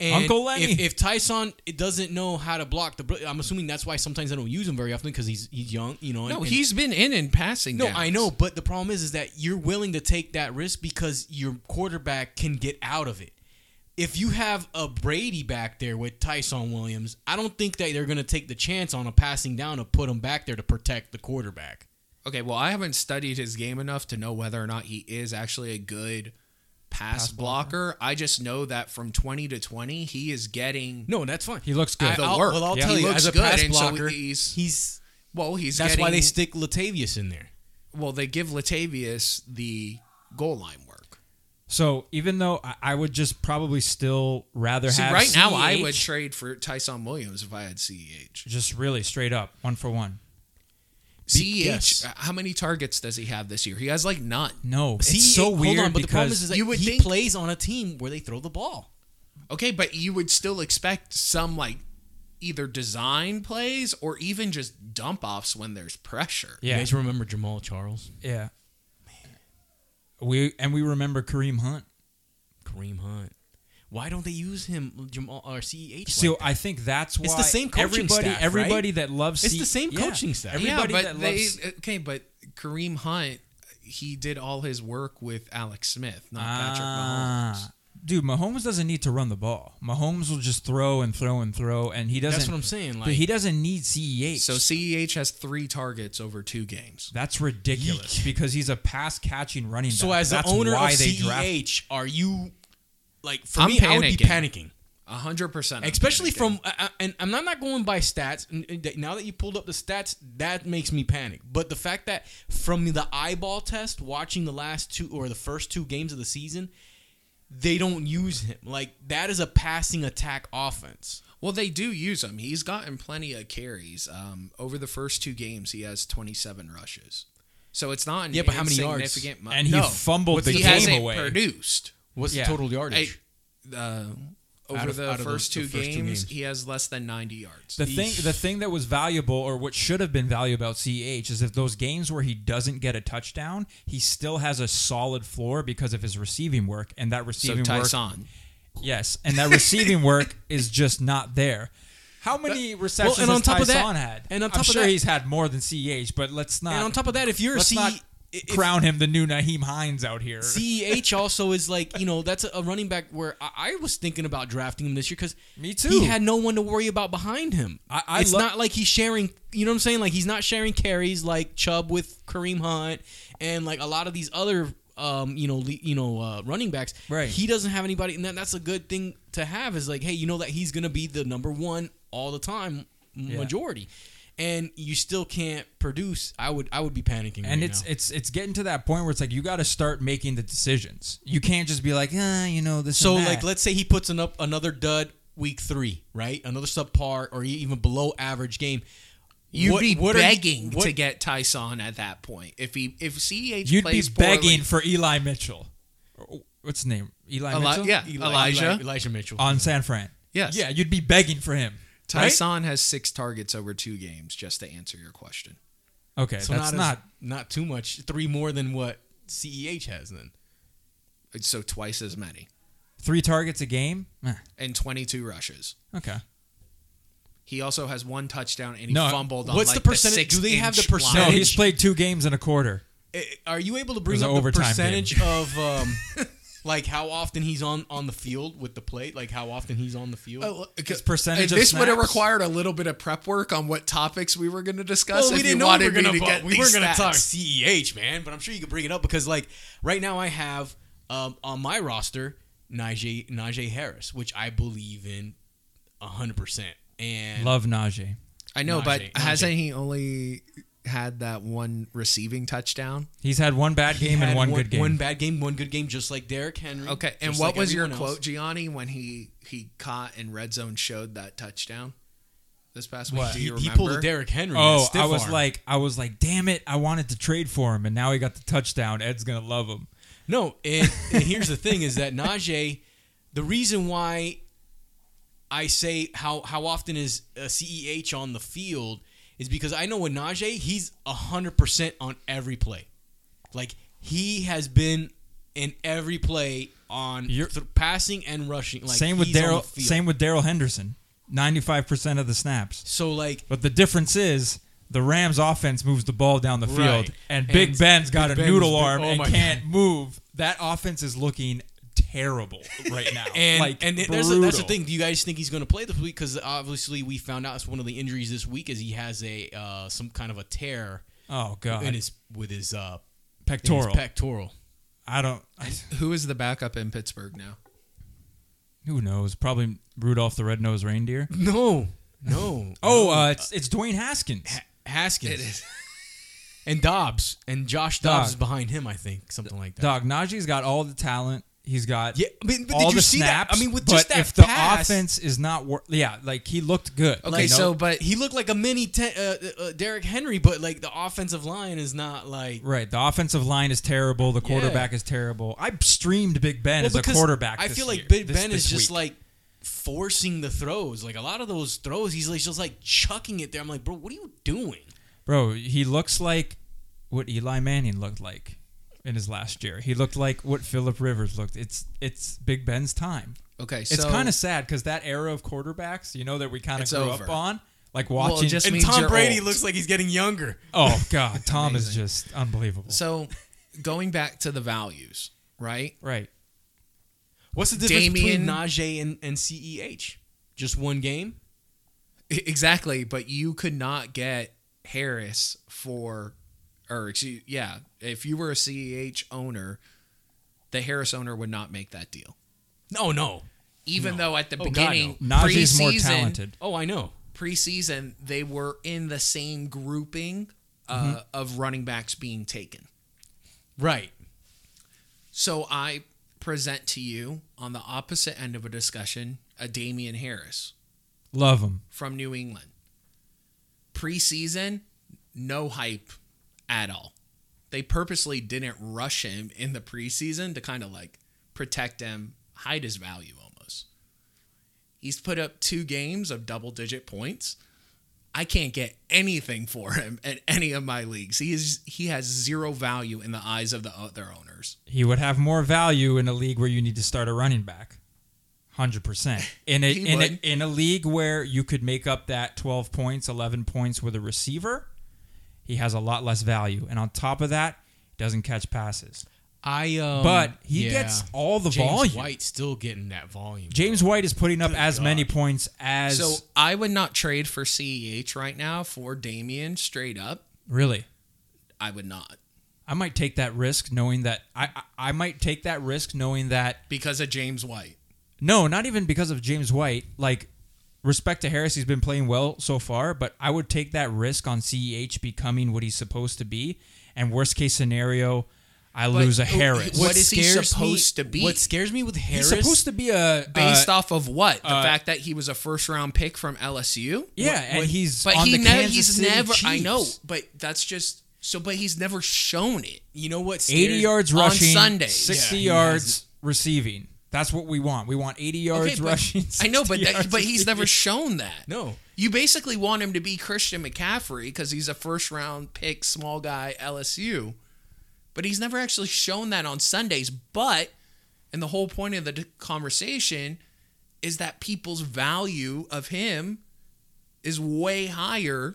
Speaker 1: And
Speaker 3: Uncle Lenny.
Speaker 1: If, if Tyson doesn't know how to block the, bl- I'm assuming that's why sometimes I don't use him very often because he's he's young, you know. and-
Speaker 2: No,
Speaker 1: and-
Speaker 2: he's been in and passing.
Speaker 1: no,
Speaker 2: downs.
Speaker 1: I know, but the problem is, is that you're willing to take that risk because your quarterback can get out of it. If you have a Brady back there with Tyson Williams, I don't think that they're going to take the chance on a passing down to put him back there to protect the quarterback.
Speaker 2: Okay, well, I haven't studied his game enough to know whether or not he is actually a good pass, blocker. I just know that from twenty to twenty, he is getting.
Speaker 1: No, that's fine.
Speaker 3: He looks good.
Speaker 1: I,
Speaker 2: The
Speaker 1: I'll,
Speaker 2: work.
Speaker 1: Well, I'll
Speaker 3: Yeah.
Speaker 1: tell
Speaker 2: He
Speaker 1: you,
Speaker 2: looks
Speaker 1: as a
Speaker 2: good,
Speaker 1: pass
Speaker 2: and so
Speaker 1: blocker,
Speaker 2: he's-
Speaker 1: he's,
Speaker 2: Well, he's
Speaker 1: that's why they
Speaker 2: getting-
Speaker 1: stick Latavius in there.
Speaker 2: well, they give Latavius the goal line work.
Speaker 3: So even though I, I would just probably still rather
Speaker 2: See,
Speaker 3: have
Speaker 2: right now, I
Speaker 3: CEH,
Speaker 2: would trade for Tyson Williams if I had CEH.
Speaker 3: just really straight up one for one.
Speaker 2: CEH,
Speaker 1: yes.
Speaker 2: how many targets does he have this year? He has like none.
Speaker 3: No, it's
Speaker 1: See,
Speaker 3: so weird
Speaker 1: Hold on, but the problem
Speaker 3: because
Speaker 1: is, is that
Speaker 2: you would
Speaker 1: he
Speaker 2: think-
Speaker 1: plays on a team where they throw the ball.
Speaker 2: Okay, but you would still expect some like either design plays or even just dump offs when there's pressure.
Speaker 1: You
Speaker 3: yeah,
Speaker 1: guys remember Jamal Charles?
Speaker 3: yeah. We and we remember Kareem Hunt.
Speaker 1: Kareem Hunt. Why don't they use him, Jamal E or CEH?
Speaker 3: So
Speaker 1: like that?
Speaker 3: I think that's why
Speaker 1: It's the same coaching
Speaker 3: everybody
Speaker 1: staff, right?
Speaker 3: everybody that loves
Speaker 1: It's
Speaker 3: C-
Speaker 1: the same
Speaker 3: yeah,
Speaker 1: coaching staff.
Speaker 3: Everybody
Speaker 2: yeah,
Speaker 3: that
Speaker 2: but they, uh,
Speaker 3: loves
Speaker 2: okay, but Kareem Hunt, he did all his work with Alex Smith, not Patrick Mahomes.
Speaker 3: Ah. Dude, Mahomes doesn't need to run the ball. Mahomes will just throw and throw and throw, and he doesn't.
Speaker 1: That's what I'm saying. Like
Speaker 3: but he doesn't need CEH.
Speaker 2: So CEH has three targets over two games.
Speaker 3: that's ridiculous because he's a pass catching running back.
Speaker 1: So as the
Speaker 3: that's
Speaker 1: owner of E
Speaker 3: why they draft-
Speaker 1: CEH, are you like for
Speaker 2: I'm
Speaker 1: me? I would be
Speaker 2: panicking.
Speaker 1: panicking,
Speaker 2: A hundred percent,
Speaker 1: especially from I- I- and I'm not not going by stats. N- n- that- Now that you pulled up the stats, that makes me panic. But the fact that from the eyeball test, watching the last two or the first two games of the season, they don't use him. Like that is a passing attack offense.
Speaker 2: Well, they do use him. He's gotten plenty of carries. Um, over the first two games, he has twenty-seven rushes. So it's not an
Speaker 1: Yeah, but how many yards?
Speaker 2: insignificant mu-
Speaker 3: And he
Speaker 2: no,
Speaker 3: fumbled
Speaker 2: What's
Speaker 3: the
Speaker 2: he
Speaker 3: game
Speaker 2: hasn't
Speaker 3: away.
Speaker 2: Produced
Speaker 1: What's
Speaker 3: Yeah.
Speaker 1: the total
Speaker 2: Hey,
Speaker 1: yardage?
Speaker 2: uh, over
Speaker 1: of-
Speaker 2: the
Speaker 1: out of
Speaker 2: first two
Speaker 1: those- the first two
Speaker 2: games,
Speaker 1: games.
Speaker 2: he has less than ninety yards.
Speaker 3: The thing, the thing that was valuable, or what should have been valuable about CH, is if those games where he doesn't get a touchdown, he still has a solid floor because of his receiving work, and that
Speaker 2: so
Speaker 3: receiving work,
Speaker 2: Tyson,
Speaker 3: yes, and that receiving work is just not there. How many receptions
Speaker 1: and on
Speaker 3: has
Speaker 1: top of that-
Speaker 3: Tyson had?
Speaker 1: and on
Speaker 3: I'm
Speaker 1: top of
Speaker 3: sure
Speaker 1: that-
Speaker 3: he's had more than CH, but let's not.
Speaker 1: and on top of that, if you're a
Speaker 3: Uh, let's
Speaker 1: C,
Speaker 3: not
Speaker 1: if- E
Speaker 3: crown him the new Naheem Hines out here.
Speaker 1: CEH also is like you know that's a, a running back where I, I was thinking about drafting him this year because
Speaker 3: Me too.
Speaker 1: He had no one to worry about behind him.
Speaker 3: I- I
Speaker 1: it's
Speaker 3: lo-
Speaker 1: not like he's sharing. You know what I'm saying? Like he's not sharing carries like Chubb with Kareem Hunt and like a lot of these other um you know le- you know uh, running backs.
Speaker 3: Right.
Speaker 1: He doesn't have anybody, and that, that's a good thing to have. Is like hey, you know that he's gonna be the number one all the time majority. And you still can't produce. I would, I would be panicking. right
Speaker 3: and it's
Speaker 1: now.
Speaker 3: it's it's getting to that point where it's like you got to start making the decisions. You can't just be like, ah, you know, this.
Speaker 1: So
Speaker 3: and that."
Speaker 1: like let's say he puts an up another dud week three, right? Another subpar or e, even below average game.
Speaker 2: you'd
Speaker 1: What-
Speaker 2: be
Speaker 1: what are-
Speaker 2: begging
Speaker 1: what-
Speaker 2: to get Tyson at that point. If he if Ceh
Speaker 3: You'd be
Speaker 2: plays poorly-
Speaker 3: begging for Eli Mitchell. Or- What's his name? Eli
Speaker 2: Eli-
Speaker 3: Mitchell?
Speaker 2: yeah.
Speaker 1: Eli-
Speaker 2: Elijah.
Speaker 1: Eli- Elijah Mitchell.
Speaker 3: On San Fran.
Speaker 2: Yes.
Speaker 3: Yeah, you'd be begging for him. right?
Speaker 2: Tyson has six targets over two games. Just to answer your question,
Speaker 3: Okay,
Speaker 1: so
Speaker 3: that's
Speaker 1: not
Speaker 3: not.
Speaker 1: not, not too much. Three more than what CEH has then.
Speaker 2: so twice as many
Speaker 3: three targets a game? Eh,
Speaker 2: and twenty-two rushes.
Speaker 3: Okay.
Speaker 2: He also has one touchdown and he
Speaker 3: No,
Speaker 2: fumbled. On
Speaker 1: what's
Speaker 2: like
Speaker 1: the percentage-
Speaker 2: six
Speaker 1: do they have the
Speaker 2: inch line.
Speaker 3: No,
Speaker 1: percentage?
Speaker 3: he's played two games and a quarter.
Speaker 1: Eh, Are you able to
Speaker 3: It
Speaker 1: bring
Speaker 3: was an
Speaker 1: up the
Speaker 3: overtime game.
Speaker 1: percentage of um like how often he's on on the field with the plate? Like how often he's on the field?
Speaker 2: Oh,
Speaker 3: His percentage of
Speaker 2: This would have
Speaker 3: snaps?
Speaker 2: required a little bit of prep work on what topics we were going to discuss. if
Speaker 1: Well, we
Speaker 2: you
Speaker 1: didn't know we
Speaker 2: wanted
Speaker 1: were gonna
Speaker 2: me to
Speaker 1: bu-
Speaker 2: get
Speaker 1: we were
Speaker 2: these
Speaker 1: gonna talk
Speaker 2: stats.
Speaker 1: Ceh, E man. But I'm sure you could bring it up because like right now I have um, on my roster Najee Najee Harris, which I believe in hundred percent. And
Speaker 3: Love Najee.
Speaker 2: I know,
Speaker 1: Najee,
Speaker 2: but
Speaker 1: Najee.
Speaker 2: hasn't he only had that one receiving touchdown?
Speaker 3: He's had one bad
Speaker 1: he
Speaker 3: game and
Speaker 1: had
Speaker 3: one, good game.
Speaker 1: one bad game, one good game, just like Derrick Henry.
Speaker 2: Okay, and
Speaker 1: just
Speaker 2: what
Speaker 1: like
Speaker 2: was your
Speaker 1: everyone else.
Speaker 2: quote, Gianni, when he he caught and red zone showed that touchdown this past week?
Speaker 3: What?
Speaker 2: Do
Speaker 1: He,
Speaker 2: you
Speaker 1: he
Speaker 2: remember?
Speaker 1: pulled a Derrick Henry.
Speaker 3: Oh,
Speaker 1: a stiff
Speaker 3: I was
Speaker 1: arm.
Speaker 3: like, I was like, damn it! I wanted to trade for him, and now he got the touchdown. Ed's gonna love him.
Speaker 1: No, and, and here's the thing: is that Najee, the reason why I say how how often is uh Ceh on the field is because I know with Najee, he's hundred percent on every play. Like he has been in every play on
Speaker 3: You're-
Speaker 1: th- passing and rushing. Like
Speaker 3: same with
Speaker 1: he's on the
Speaker 3: Daryl.
Speaker 1: field.
Speaker 3: Same with Daryl Henderson. Ninety-five percent of the snaps.
Speaker 1: So like
Speaker 3: But the difference is the Rams offense moves the ball down the field
Speaker 1: Right.
Speaker 3: and Big
Speaker 1: And
Speaker 3: Ben's got
Speaker 1: Big
Speaker 3: a
Speaker 1: Ben's
Speaker 3: noodle
Speaker 1: been-
Speaker 3: arm
Speaker 1: oh
Speaker 3: and
Speaker 1: my
Speaker 3: can't move. That offense is looking terrible right now.
Speaker 1: And
Speaker 3: like
Speaker 1: and there's a, that's the
Speaker 3: brutal.
Speaker 1: thing. Do you guys think he's going to play this week? Because obviously we found out it's one of the injuries this week is he has a uh, some kind of a tear
Speaker 3: Oh god.
Speaker 1: in his with his uh, in his
Speaker 3: pectoral.
Speaker 1: pectoral.
Speaker 3: I don't I,
Speaker 2: Who is the backup in Pittsburgh now?
Speaker 3: who knows? Probably Rudolph the Red-Nosed Reindeer.
Speaker 1: No, no.
Speaker 3: Oh, uh, it's it's Dwayne Haskins.
Speaker 1: Haskins
Speaker 2: It is.
Speaker 1: and Dobbs and Josh Dobbs
Speaker 3: Dog.
Speaker 1: is behind him. I think something like that.
Speaker 3: Dog Najee's got all the talent. He's got
Speaker 1: Yeah, I mean, but
Speaker 3: all
Speaker 1: did you
Speaker 3: the
Speaker 1: see
Speaker 3: snaps.
Speaker 1: that? I mean, with
Speaker 3: but
Speaker 1: just that
Speaker 3: if the
Speaker 1: pass-
Speaker 3: offense is not wor- yeah, like he looked good.
Speaker 2: Okay,
Speaker 3: you know?
Speaker 2: so but
Speaker 1: He looked like a mini te- uh, uh, Derrick Henry, but like the offensive line is not like.
Speaker 3: Right. The offensive line is terrible. The quarterback is terrible. I streamed Big Ben
Speaker 1: Well,
Speaker 3: as a
Speaker 1: because
Speaker 3: quarterback.
Speaker 1: I
Speaker 3: this
Speaker 1: feel
Speaker 3: year-
Speaker 1: like Big
Speaker 3: this-
Speaker 1: Ben
Speaker 3: this
Speaker 1: is just
Speaker 3: week.
Speaker 1: like forcing the throws. Like a lot of those throws, he's like, just like chucking it there. I'm like, bro, what are you doing?
Speaker 3: bro. He looks like what Eli Manning looked like. in his last year. He looked like what Philip Rivers looked. It's it's Big Ben's time.
Speaker 2: Okay, so
Speaker 3: It's kind of sad because that era of quarterbacks, you know, that we kind of
Speaker 2: It's
Speaker 3: grew
Speaker 2: over.
Speaker 3: up on, like
Speaker 2: it
Speaker 3: watching.
Speaker 2: just
Speaker 1: and
Speaker 2: means
Speaker 1: Tom
Speaker 2: you're
Speaker 1: Brady
Speaker 2: old.
Speaker 1: looks like he's getting younger.
Speaker 3: oh God, Tom is
Speaker 2: Amazing.
Speaker 3: just unbelievable.
Speaker 2: So, going back to the values, right?
Speaker 3: right.
Speaker 1: What's the difference
Speaker 2: Damian-
Speaker 1: between Najee and, and CEH? Just one game?
Speaker 2: E- Exactly, but you could not get Harris for, or excuse, yeah, if you were a CEH owner, the Harris owner would not make that deal.
Speaker 1: No, no.
Speaker 2: Even though at the
Speaker 1: Oh, God,
Speaker 2: beginning,
Speaker 3: Najee's more
Speaker 2: preseason-
Speaker 3: talented.
Speaker 1: Oh, I know.
Speaker 2: Preseason, they were in the same grouping uh, of running backs being taken.
Speaker 1: Right.
Speaker 2: So I present to you on the opposite end of a discussion a Damian Harris.
Speaker 3: Love him.
Speaker 2: from New England. Preseason, no hype at all. They purposely didn't rush him in the preseason to kind of like protect him, hide his value almost. He's put up two games of double digit points. I can't get anything for him at any of my leagues. He is he has zero value in the eyes of the other owners.
Speaker 3: He would have more value in a league where you need to start a running back. 100%. In a,
Speaker 2: He
Speaker 3: in a
Speaker 2: would.
Speaker 3: in a league where you could make up that 12 points, 11 points with a receiver, he has a lot less value. And on top of that, he doesn't catch passes.
Speaker 1: I um,
Speaker 3: But he
Speaker 1: yeah.
Speaker 3: gets all the
Speaker 1: James
Speaker 3: volume.
Speaker 1: White still getting that volume.
Speaker 3: James White is putting up
Speaker 1: Good
Speaker 3: as many
Speaker 1: God.
Speaker 3: points as
Speaker 2: So I would not trade for CEH right now for Damien straight up.
Speaker 3: really.
Speaker 2: I would not.
Speaker 3: I might take that risk knowing that I, I I might take that risk knowing that
Speaker 2: Because of James White.
Speaker 3: No, not even because of James White. Like, respect to Harris, he's been playing well so far, but I would take that risk on CEH becoming what he's supposed to be. And worst case scenario, I lose a
Speaker 2: who-
Speaker 3: Harris.
Speaker 2: what is he
Speaker 1: scares
Speaker 2: supposed
Speaker 1: me,
Speaker 2: to be?
Speaker 1: What scares me with Harris?
Speaker 3: he's supposed to be a
Speaker 2: based
Speaker 3: uh,
Speaker 2: off of what? The
Speaker 3: uh,
Speaker 2: fact that he was a first round pick from LSU.
Speaker 3: yeah,
Speaker 1: what-
Speaker 3: and
Speaker 1: what-
Speaker 3: he's
Speaker 2: But
Speaker 3: on
Speaker 2: he
Speaker 3: the
Speaker 2: never.
Speaker 3: Kansas
Speaker 2: He's
Speaker 3: City
Speaker 2: never. I know,
Speaker 3: Chiefs.
Speaker 2: but that's just so. But he's never shown it.
Speaker 1: you know what? Scares,
Speaker 3: eighty yards
Speaker 2: on
Speaker 3: rushing,
Speaker 2: Sundays.
Speaker 3: sixty
Speaker 1: Yeah, he
Speaker 3: yards receiving. That's what we want. We want eighty yards
Speaker 2: Okay, but-
Speaker 3: rushing.
Speaker 2: I know, but
Speaker 3: 60
Speaker 2: that,
Speaker 3: yards
Speaker 2: but he's never
Speaker 3: receiving.
Speaker 2: shown that.
Speaker 1: No,
Speaker 2: You basically want him to be Christian McCaffrey because he's a first round pick, small guy, LSU. But he's never actually shown that on Sundays. But, and the whole point of the d- conversation is that people's value of him is way higher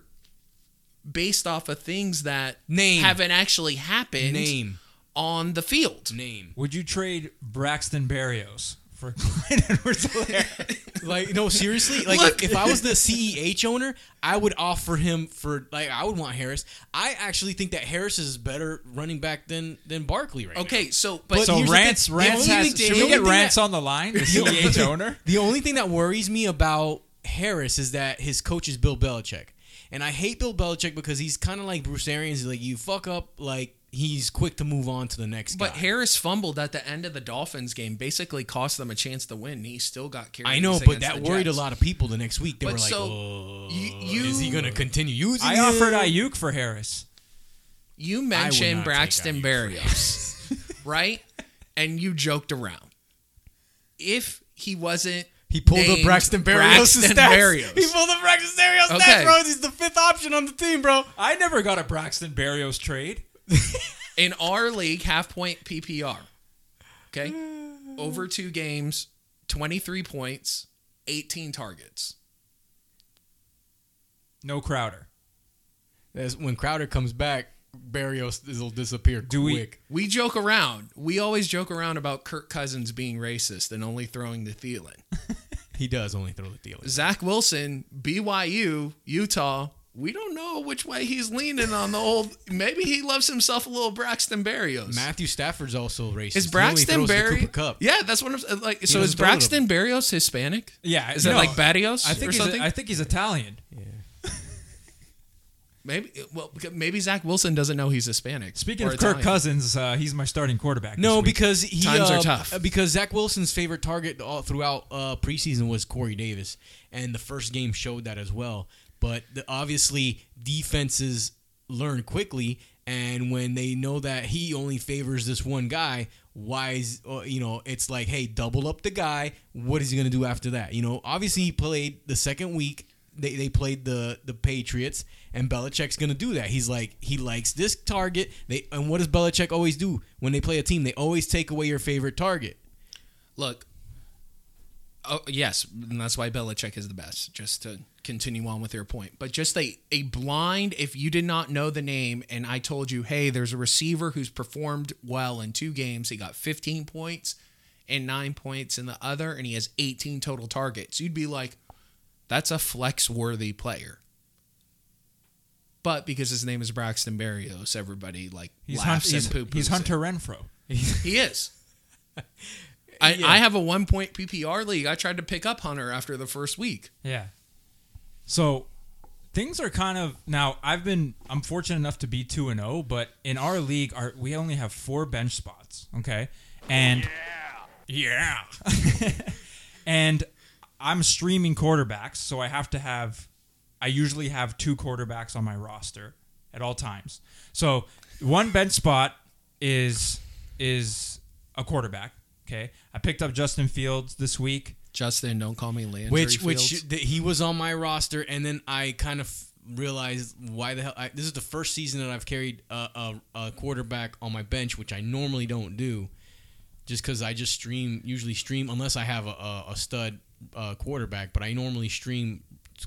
Speaker 2: based off of things that
Speaker 1: Name.
Speaker 2: haven't actually happened
Speaker 1: name,
Speaker 2: on the field.
Speaker 1: name.
Speaker 3: Would you trade Braxton Berrios for Clyde Edwards-Helaire?
Speaker 1: Like no, seriously. Like
Speaker 2: Look.
Speaker 1: if I was the CEH owner, I would offer him for like I would want Harris. I actually think that Harris is better running back than than Barkley right now.
Speaker 2: Okay, so, but,
Speaker 1: But-
Speaker 3: So
Speaker 1: Here's the
Speaker 3: Rance,
Speaker 1: thing.
Speaker 3: Rance
Speaker 1: The only
Speaker 3: has.
Speaker 1: thing-
Speaker 3: Should
Speaker 1: the
Speaker 3: we
Speaker 1: only
Speaker 3: get
Speaker 1: thing
Speaker 3: Rance
Speaker 1: that-
Speaker 3: on the line? The CH owner.
Speaker 1: The only thing that worries me about Harris is that his coach is Bill Belichick. And I hate Bill Belichick because he's kind of like Bruce Arians. He's like, you fuck up, like, he's quick to move on to the next
Speaker 2: But
Speaker 1: guy.
Speaker 2: Harris fumbled at the end of the Dolphins game, basically cost them a chance to win. He still got carried.
Speaker 1: I know, but that worried a lot of people the next week. They
Speaker 2: But
Speaker 1: were like,
Speaker 2: so,
Speaker 1: oh,
Speaker 2: you- you-
Speaker 1: is he going to continue using
Speaker 3: I
Speaker 1: him?
Speaker 3: offered Ayuk for Harris.
Speaker 2: You
Speaker 1: I would
Speaker 2: mentioned
Speaker 1: not take
Speaker 2: Braxton
Speaker 1: Ayuk.
Speaker 2: Berrios, right? And you joked around. If he wasn't,
Speaker 1: He pulled
Speaker 2: named
Speaker 1: up Braxton Berrios'
Speaker 2: Braxton
Speaker 1: stats.
Speaker 2: Berrios.
Speaker 1: He pulled up Braxton Berrios'
Speaker 2: Okay.
Speaker 1: stats, bro. He's the fifth option on the team, bro.
Speaker 3: I never got a Braxton Berrios trade.
Speaker 2: in our league, half point PPR, okay, over two games, twenty three points, eighteen targets.
Speaker 3: No Crowder.
Speaker 1: That's when Crowder comes back, Berrios will disappear
Speaker 3: Do we-
Speaker 1: quick.
Speaker 2: We joke around. We always joke around about Kirk Cousins being racist and only throwing to Thielen.
Speaker 1: he does only throw the deal.
Speaker 2: Zach Wilson, BYU, Utah. We don't know which way he's leaning on the old. Maybe he loves himself a little Braxton Berrios.
Speaker 1: Matthew Stafford's also racist.
Speaker 2: is
Speaker 1: he
Speaker 2: Braxton
Speaker 1: only throws the Cooper
Speaker 2: Berrios?
Speaker 1: Cup.
Speaker 2: Yeah, that's what I'm s- like. So
Speaker 1: doesn't
Speaker 2: is
Speaker 1: throw to
Speaker 2: Braxton Berrios Hispanic?
Speaker 3: Yeah,
Speaker 2: Is that
Speaker 3: no,
Speaker 2: like Barrios
Speaker 3: I think
Speaker 2: or
Speaker 3: he's
Speaker 2: something?
Speaker 3: I think he's Italian.
Speaker 2: maybe. Well, because maybe Zach Wilson doesn't know he's Hispanic.
Speaker 3: Speaking
Speaker 2: or
Speaker 3: of Kirk
Speaker 2: Italian.
Speaker 3: Cousins, uh, he's my starting quarterback. this
Speaker 1: No,
Speaker 3: week.
Speaker 1: because he
Speaker 2: Times are
Speaker 1: uh,
Speaker 2: tough.
Speaker 1: Because Zach Wilson's favorite target all throughout uh, preseason was Corey Davis, and the first game showed that as well. But the, obviously, defenses learn quickly, and when they know that he only favors this one guy, why is uh, you know it's like, hey, double up the guy. What is he going to do after that? You know, obviously he played the second week. they, they played the the Patriots, and Belichick's gonna do that. He's like he likes this target. They and what does Belichick always do when they play a team? They always take away your favorite target.
Speaker 2: Look. Oh yes, and that's why Belichick is the best. Just to continue on with your point, but just a a blind. If you did not know the name, and I told you, hey, there's a receiver who's performed well in two games. He got 15 points and nine points in the other, and he has 18 total targets. You'd be like, that's a flex worthy player. But because his name is Braxton Berrios, everybody like
Speaker 3: He's, Hunt,
Speaker 2: laughs
Speaker 3: he's,
Speaker 2: and poo poos.
Speaker 3: he's Hunter Renfro.
Speaker 2: He is. I, I have a one point PPR league. I tried to pick up Hunter after the first week.
Speaker 3: Yeah. So things are kind of now. I've been I'm fortunate enough to be two and zero, but in our league, our we only have four bench spots. Okay, and yeah, and I'm streaming quarterbacks, so I have to have. I usually have two quarterbacks on my roster at all times. So one bench spot is is a quarterback. Okay, I picked up Justin Fields this week.
Speaker 2: Justin, don't call me Landry.
Speaker 1: Which
Speaker 2: Fields.
Speaker 1: which th- he was on my roster, and then I kind of realized why the hell. I, this is the first season that I've carried a, a, a quarterback on my bench, which I normally don't do, just because I just stream usually stream unless I have a, a, a stud uh, quarterback, but I normally stream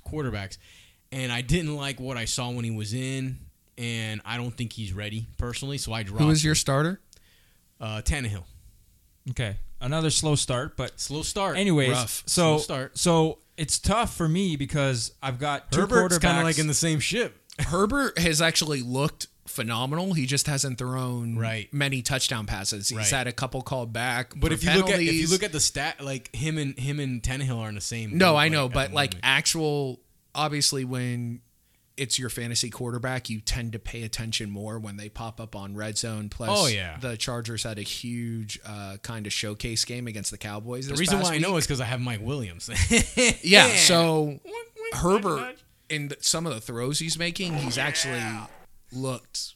Speaker 1: quarterbacks, and I didn't like what I saw when he was in, and I don't think he's ready personally, so I dropped
Speaker 2: who is your starter?
Speaker 1: uh, Tannehill.
Speaker 3: Okay, another slow start, but
Speaker 1: Slow start.
Speaker 3: Anyways,
Speaker 2: Rough.
Speaker 3: so
Speaker 1: Slow start.
Speaker 3: so it's tough for me because I've got two
Speaker 1: Herbert's
Speaker 3: quarterbacks.
Speaker 1: kind of like in the same ship.
Speaker 2: Herbert has actually looked phenomenal. He just hasn't thrown
Speaker 1: Right.
Speaker 2: many touchdown passes. He's
Speaker 1: Right.
Speaker 2: had a couple called back.
Speaker 1: But
Speaker 2: for
Speaker 1: if you look at if you
Speaker 2: penalties.
Speaker 1: look at the stat, like him and him and Tannehill are in the same.
Speaker 2: No,
Speaker 1: boat,
Speaker 2: I know,
Speaker 1: at
Speaker 2: but
Speaker 1: the
Speaker 2: like
Speaker 1: moment.
Speaker 2: actual, obviously, when it's your fantasy quarterback, you tend to pay attention more when they pop up on red zone. Plus,
Speaker 1: Oh, yeah.
Speaker 2: the Chargers had a huge uh, kind of showcase game against the Cowboys.
Speaker 1: the reason why I know is because I have Mike Williams.
Speaker 2: yeah, So
Speaker 1: wink, nudge,
Speaker 2: Herbert
Speaker 1: nudge.
Speaker 2: in th- some of the throws he's making, he's actually looked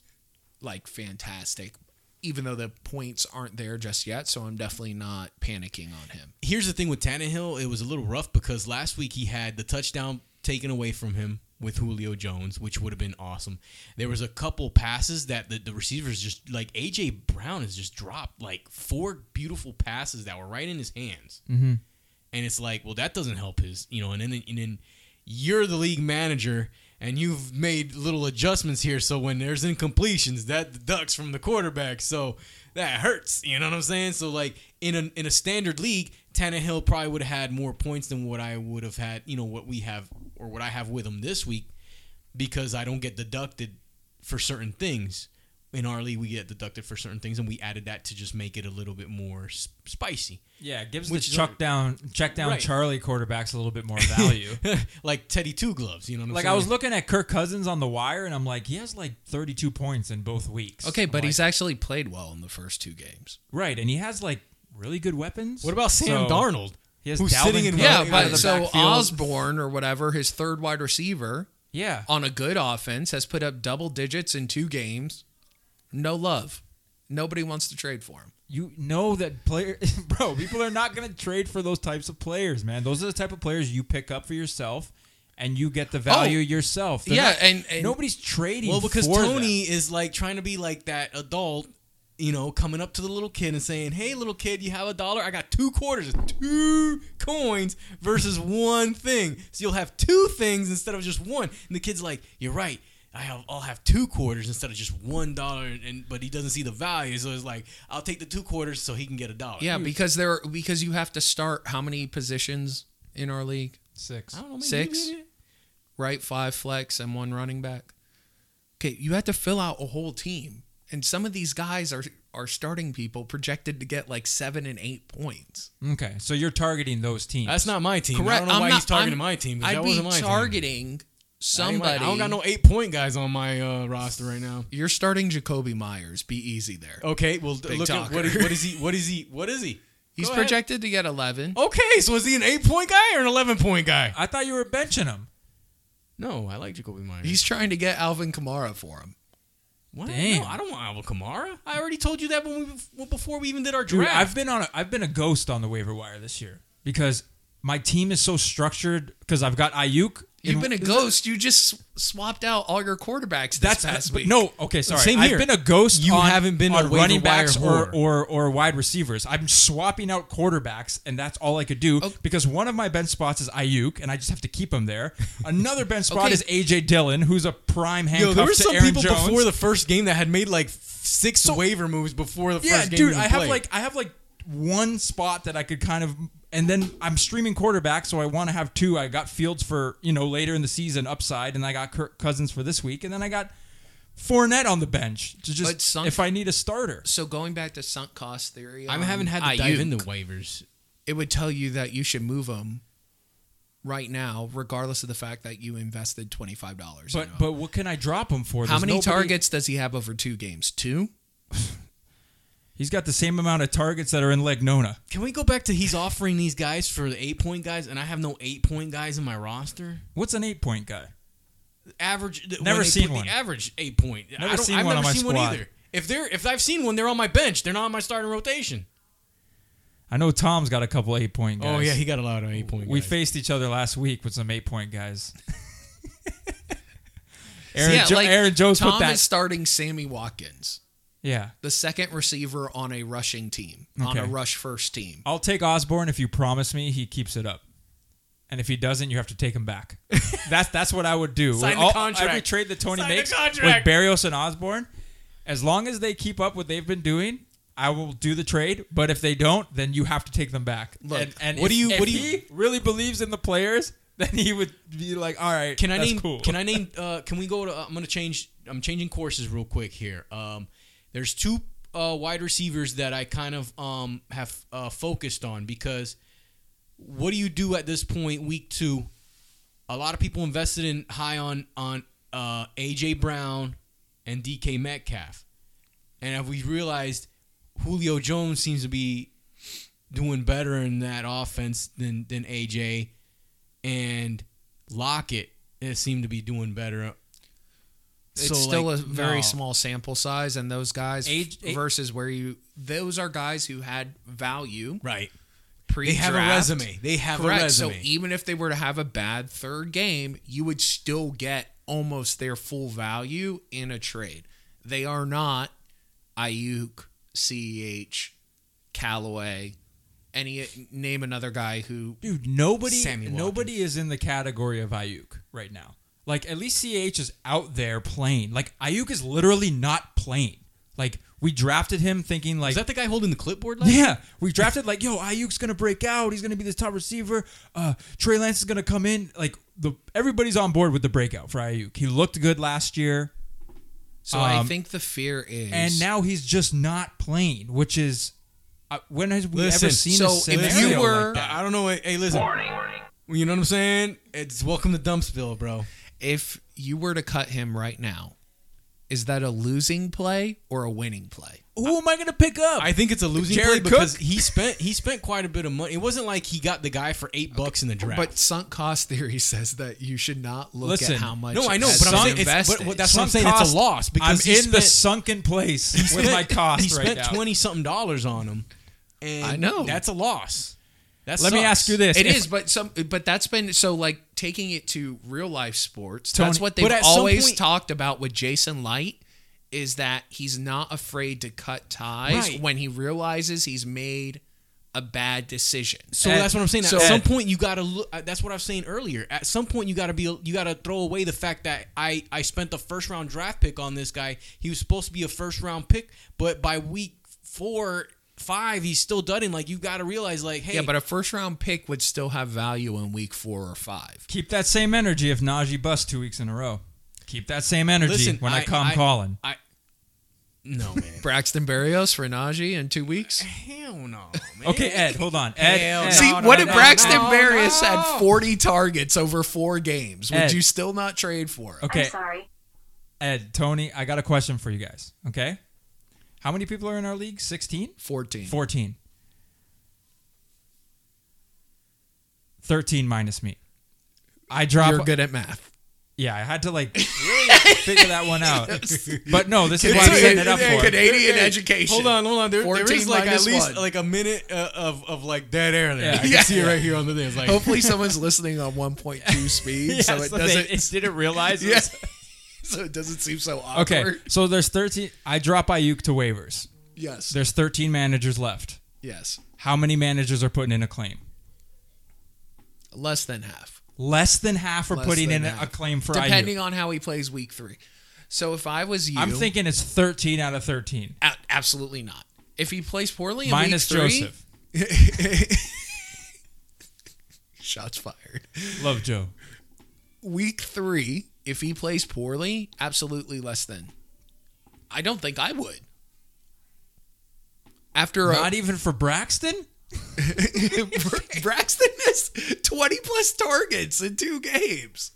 Speaker 2: like fantastic. Even though the points aren't there just yet, so I'm definitely not panicking on him.
Speaker 1: Here's the thing with Tannehill, it was a little rough because last week he had the touchdown taken away from him with Julio Jones, which would have been awesome. There was a couple passes that the, the receivers just like AJ Brown has just dropped like four beautiful passes that were right in his hands.
Speaker 2: Mm-hmm.
Speaker 1: and it's like, well, that doesn't help his, you know, and then and then you're the league manager and you've made little adjustments here, so when there's incompletions, that deducts from the quarterback, so that hurts. You know what I'm saying? So like in a in a standard league, Tannehill probably would have had more points than what I would have had, you know, what we have or what I have with him this week, because I don't get deducted for certain things. In our league, we get deducted for certain things, and we added that to just make it a little bit more s- spicy.
Speaker 3: yeah, it gives
Speaker 1: Which
Speaker 3: the
Speaker 1: is
Speaker 3: chuck
Speaker 1: like-
Speaker 3: down check down
Speaker 1: Right.
Speaker 3: Charlie quarterbacks a little bit more value.
Speaker 1: like Teddy Two Gloves. You know what I'm
Speaker 3: like
Speaker 1: saying?
Speaker 3: I was looking at Kirk Cousins on the wire, and I'm like, he has like 32 points in both weeks.
Speaker 2: Okay,
Speaker 3: I'm
Speaker 2: but
Speaker 3: like,
Speaker 2: he's actually played well in the first two games.
Speaker 3: right, and he has like really good weapons.
Speaker 1: What about Sam
Speaker 3: So,
Speaker 1: Darnold?
Speaker 3: He has
Speaker 1: who's
Speaker 3: Dalvin
Speaker 1: sitting in
Speaker 3: Cook
Speaker 2: Yeah,
Speaker 1: Right, out of
Speaker 2: but
Speaker 1: the
Speaker 2: so
Speaker 3: backfield.
Speaker 2: Osborne or whatever, his third wide receiver
Speaker 3: Yeah,
Speaker 2: on a good offense, has put up double digits in two games. No love. Nobody wants to trade for him.
Speaker 3: you know that player, bro. People are not going to trade for those types of players, man. Those are the type of players you pick up for yourself, and you get the value yourself. They're
Speaker 2: yeah,
Speaker 3: not-
Speaker 2: and, and
Speaker 3: nobody's trading.
Speaker 1: Well, because
Speaker 3: for them.
Speaker 1: Tony is like trying to be like that adult, you know, coming up to the little kid and saying, "Hey, little kid, you have a dollar? I got two quarters, two coins versus one thing. So you'll have two things instead of just one." And the kid's like, "You're right." I have, I'll have two quarters instead of just one dollar, and but he doesn't see the value, so it's like I'll take the two quarters so he can get a dollar.
Speaker 2: yeah, because there are, because you have to start how many positions in our league,
Speaker 3: six.
Speaker 1: I don't know, maybe-
Speaker 2: Six?
Speaker 1: maybe-
Speaker 2: right? Five flex and one running back. Okay, you have to fill out a whole team, and some of these guys are are starting people projected to get like seven and eight points.
Speaker 3: Okay, so you're targeting those teams.
Speaker 1: That's not my team. I
Speaker 2: Correct.
Speaker 1: don't know
Speaker 2: I'm
Speaker 1: why
Speaker 2: not-
Speaker 1: he's targeting
Speaker 2: I'm-
Speaker 1: my team. 'cause
Speaker 2: I'd
Speaker 1: that
Speaker 2: be
Speaker 1: wasn't my team.
Speaker 2: targeting somebody.
Speaker 1: I don't got no eight point guys on my uh, roster right now.
Speaker 2: You're starting Jacoby Myers. Be easy there.
Speaker 3: Oh,
Speaker 1: Okay, well look at what,
Speaker 2: talker.
Speaker 1: what is he? What is he? What is he?
Speaker 2: He's
Speaker 1: Go ahead.
Speaker 2: projected to get 11.
Speaker 3: Oh.
Speaker 1: Okay, so is he an eight point guy or an eleven point guy?
Speaker 3: I thought you were benching him.
Speaker 1: No, I like Jacoby Myers.
Speaker 2: He's trying to get Alvin Kamara for him.
Speaker 1: what?
Speaker 3: Damn.
Speaker 1: No, I don't want Alvin Kamara. I already told you that when we before we even did our
Speaker 3: Dude,
Speaker 1: draft.
Speaker 3: I've been on. A, I've been a ghost on the waiver wire this year because my team is so structured because I've got Ayuk.
Speaker 2: You've
Speaker 3: in-
Speaker 2: been a ghost. You just s- swapped out all your quarterbacks this
Speaker 3: that's
Speaker 2: past
Speaker 3: but
Speaker 2: week.
Speaker 3: No, okay, sorry.
Speaker 1: Same here.
Speaker 3: I've been a ghost.
Speaker 1: You
Speaker 3: on-
Speaker 1: haven't been
Speaker 3: on
Speaker 1: a waiver
Speaker 3: running
Speaker 1: wire
Speaker 3: backs or,
Speaker 1: whore.
Speaker 3: or or wide receivers. I'm swapping out quarterbacks, and that's all I could do
Speaker 1: Oh.
Speaker 2: Okay.
Speaker 3: because one of my bench spots is Ayuk, and I just have to keep him there. Another bench spot
Speaker 2: Okay.
Speaker 3: is AJ Dillon, who's a prime handcuff
Speaker 1: Yo, there were
Speaker 3: to
Speaker 1: some
Speaker 3: Aaron
Speaker 1: people
Speaker 3: Jones.
Speaker 1: before the first game that had made like six waiver moves before the
Speaker 3: yeah,
Speaker 1: first game.
Speaker 3: dude.
Speaker 1: even
Speaker 3: I have
Speaker 1: played.
Speaker 3: like I have like one spot that I could kind of, and then I'm streaming quarterback, so I want to have two. I got Fields for you know later in the season upside, and I got Kirk Cousins for this week, and then I got. Fournette on the bench to
Speaker 2: But
Speaker 3: just
Speaker 2: some-
Speaker 3: if I need a starter.
Speaker 2: So going back to sunk cost theory,
Speaker 1: I
Speaker 2: on
Speaker 1: haven't had to dive
Speaker 2: Ayuk,
Speaker 1: into waivers.
Speaker 2: It would tell you that you should move them right now, regardless of the fact that you invested twenty five dollars.
Speaker 3: But but what can I drop him for?
Speaker 2: how
Speaker 3: There's
Speaker 2: many
Speaker 3: nobody-
Speaker 2: targets does he have over two games? Two.
Speaker 3: He's got the same amount of targets that are in Legnona.
Speaker 1: Can we go back to he's offering these guys for the eight point guys, and I have no eight point guys in my roster?
Speaker 3: What's an eight point guy?
Speaker 1: Average. when
Speaker 3: Never
Speaker 1: they
Speaker 3: seen
Speaker 1: put
Speaker 3: one.
Speaker 1: The average eight point. I
Speaker 3: Never
Speaker 1: don't-
Speaker 3: seen
Speaker 1: I've
Speaker 3: one
Speaker 1: never
Speaker 3: on my
Speaker 1: seen
Speaker 3: squad.
Speaker 1: one either. If they're if I've seen one, they're on my bench. They're not on my starting rotation.
Speaker 3: I know Tom's got a couple eight point guys.
Speaker 1: Oh yeah, he got a lot of eight point.
Speaker 3: we
Speaker 1: guys.
Speaker 3: faced each other last week with some eight point guys. Aaron,
Speaker 2: yeah,
Speaker 3: Jo-
Speaker 2: like,
Speaker 3: Aaron Jones
Speaker 2: Tom
Speaker 3: put that.
Speaker 2: is starting Sammy Watkins,
Speaker 3: yeah,
Speaker 2: the second receiver on a rushing team, on a
Speaker 3: Okay.
Speaker 2: rush first team.
Speaker 3: I'll take Osborne if you promise me he keeps it up. And if he doesn't, you have to take him back. That's that's what I would do.
Speaker 1: Sign the
Speaker 3: All-
Speaker 1: contract.
Speaker 3: Every trade that Tony
Speaker 1: Sign the
Speaker 3: makes with
Speaker 1: contract.
Speaker 3: Barrios and Osborne, as long as they keep up what they've been doing, I will do the trade. But if they don't, then you have to take them back.
Speaker 2: Look,
Speaker 3: and, and
Speaker 1: what
Speaker 3: if-
Speaker 1: do you-
Speaker 3: if
Speaker 1: what do you-
Speaker 3: he really believes in the players, then he would be like, all right,
Speaker 1: Can I
Speaker 3: that's
Speaker 1: name?
Speaker 3: cool.
Speaker 1: Can I name? Uh, can we go to? I'm gonna change. I'm changing courses real quick here. Um, there's two uh, wide receivers that I kind of um have uh, focused on because what do you do at this point, week two? A lot of people invested in high on on uh, AJ Brown and DK Metcalf, and have we realized Julio Jones seems to be doing better in that offense than than AJ and Lockett it seemed to be doing better.
Speaker 2: It's
Speaker 1: So,
Speaker 2: still
Speaker 1: like,
Speaker 2: a very
Speaker 3: no.
Speaker 2: small sample size, and those guys
Speaker 3: Age-
Speaker 2: f- versus where you those are guys who had value
Speaker 1: right.
Speaker 2: pre.
Speaker 1: They have a resume. They have
Speaker 2: Correct.
Speaker 1: a resume.
Speaker 2: So e- even if they were to have a bad third game, you would still get almost their full value in a trade. They are not Ayuk, Ceh, Callaway, any name another guy who
Speaker 3: Dude, nobody
Speaker 1: Sammy Watkins.
Speaker 3: nobody is in the category of Ayuk right now. Like at least CH is out there playing. Like Ayuk is literally not playing. Like we drafted him thinking like
Speaker 1: Is that the guy holding the clipboard? Last
Speaker 3: yeah, we drafted like yo Ayuk's gonna break out. He's gonna be this top receiver. Uh, Trey Lance is gonna come in. Like the everybody's on board with the breakout for Ayuk. He looked good last year,
Speaker 2: So I
Speaker 3: Um,
Speaker 2: think the fear is
Speaker 3: and now he's just not playing, which is uh, when has we
Speaker 1: Listen,
Speaker 3: ever seen
Speaker 2: so
Speaker 3: a
Speaker 2: if
Speaker 3: scenario
Speaker 2: you
Speaker 3: like
Speaker 2: were-
Speaker 3: that?
Speaker 1: I I don't know. Hey, hey, listen. You know what I'm saying? It's welcome to Dumpsville, bro.
Speaker 2: if you were to cut him right now, is that a losing play or a winning play?
Speaker 3: Who am I gonna pick up?
Speaker 1: I think it's a losing
Speaker 3: Jared
Speaker 1: play because
Speaker 3: Cook?
Speaker 1: he spent he spent quite a bit of money. It wasn't like he got the guy for eight bucks in the draft.
Speaker 2: But sunk cost theory says that you should not look
Speaker 3: Listen,
Speaker 2: at how much.
Speaker 1: no, I know,
Speaker 2: has
Speaker 1: but I'm
Speaker 2: been
Speaker 1: saying it's,
Speaker 2: invested.
Speaker 1: but, but that's what I'm saying. It's
Speaker 3: cost-
Speaker 1: a loss because
Speaker 3: I'm
Speaker 1: he
Speaker 3: in the
Speaker 1: spent-
Speaker 3: sunken place with
Speaker 1: spent-
Speaker 3: my cost
Speaker 1: He
Speaker 3: right
Speaker 1: spent
Speaker 3: now.
Speaker 1: twenty something dollars on him. And
Speaker 2: I know.
Speaker 1: that's a loss. That's
Speaker 3: Let me ask you this:
Speaker 2: It
Speaker 3: If-
Speaker 2: is, but some, but that's been so like taking it to real life sports. that's
Speaker 3: Tony,
Speaker 2: what they've
Speaker 1: but at some
Speaker 2: always
Speaker 1: point-
Speaker 2: talked about with Jason Light is that he's not afraid to cut ties
Speaker 1: Right.
Speaker 2: when he realizes he's made a bad decision.
Speaker 1: So
Speaker 3: Ed,
Speaker 1: that's what I'm saying. At
Speaker 3: so-
Speaker 1: some
Speaker 3: Ed.
Speaker 1: point, you gotta look. uh, That's what I was saying earlier. At some point, you gotta be. You gotta throw away the fact that I I spent the first round draft pick on this guy. He was supposed to be a first round pick, but by week four, five, he's still dudding. Like you gotta realize, like, hey,
Speaker 2: Yeah, but a first round pick would still have value in week four or five.
Speaker 3: keep that same energy if Najee busts two weeks in a row. Keep that same energy
Speaker 1: Listen,
Speaker 3: when I,
Speaker 1: I-
Speaker 3: come
Speaker 1: I-
Speaker 3: calling.
Speaker 1: I no man,
Speaker 2: Braxton Berrios for Najee in two weeks.
Speaker 1: hell no. Man.
Speaker 3: Okay, Ed, hold on. Ed,
Speaker 1: Hell
Speaker 3: Ed,
Speaker 1: no.
Speaker 2: See,
Speaker 1: no,
Speaker 2: what
Speaker 1: no,
Speaker 2: if
Speaker 1: no,
Speaker 2: Braxton
Speaker 1: no,
Speaker 2: Berrios
Speaker 1: no.
Speaker 2: had 40 targets over four games? Would
Speaker 3: Ed.
Speaker 2: you still not trade for him?
Speaker 3: Okay.
Speaker 4: I'm sorry.
Speaker 3: Ed, Tony, I got a question for you guys. Okay, how many people are in our league? 16?
Speaker 2: 14.
Speaker 3: 14. 13 minus me. I drop.
Speaker 2: You're good at math.
Speaker 3: yeah, I had to like really figure that one out. But no, this is what I'm
Speaker 2: Canadian-
Speaker 3: setting it up for.
Speaker 2: Canadian education.
Speaker 1: Hold on, hold on. There, there
Speaker 2: 14
Speaker 1: is like at
Speaker 2: minus
Speaker 1: least
Speaker 2: one.
Speaker 1: like a minute uh, of of like dead air there.
Speaker 3: Yeah.
Speaker 1: I can
Speaker 2: Yeah.
Speaker 1: see it right here on the thing. It's like
Speaker 2: Hopefully, someone's listening on 1.2 speed, so it doesn't.
Speaker 5: it didn't realize.
Speaker 2: yeah, so it doesn't seem so awkward.
Speaker 3: Okay, so there's 13. I drop Ayuk to waivers.
Speaker 2: Yes.
Speaker 3: There's 13 managers left.
Speaker 2: yes.
Speaker 3: How many managers are putting in a claim?
Speaker 2: Less than half.
Speaker 3: Less than half are
Speaker 2: Less
Speaker 3: putting in
Speaker 2: than
Speaker 3: a
Speaker 2: half.
Speaker 3: claim for
Speaker 2: Depending
Speaker 3: Ayuk.
Speaker 2: on how he plays week three. So if I was you,
Speaker 3: I'm thinking it's 13 out of 13.
Speaker 2: a- absolutely not. If he plays poorly in
Speaker 3: Minus
Speaker 2: week three,
Speaker 3: Joseph.
Speaker 2: shots fired.
Speaker 3: Love Joe.
Speaker 2: Week three, if he plays poorly, absolutely less than. I don't think I would. After a,
Speaker 3: Not even for Braxton?
Speaker 2: Braxton has 20 plus targets in two games.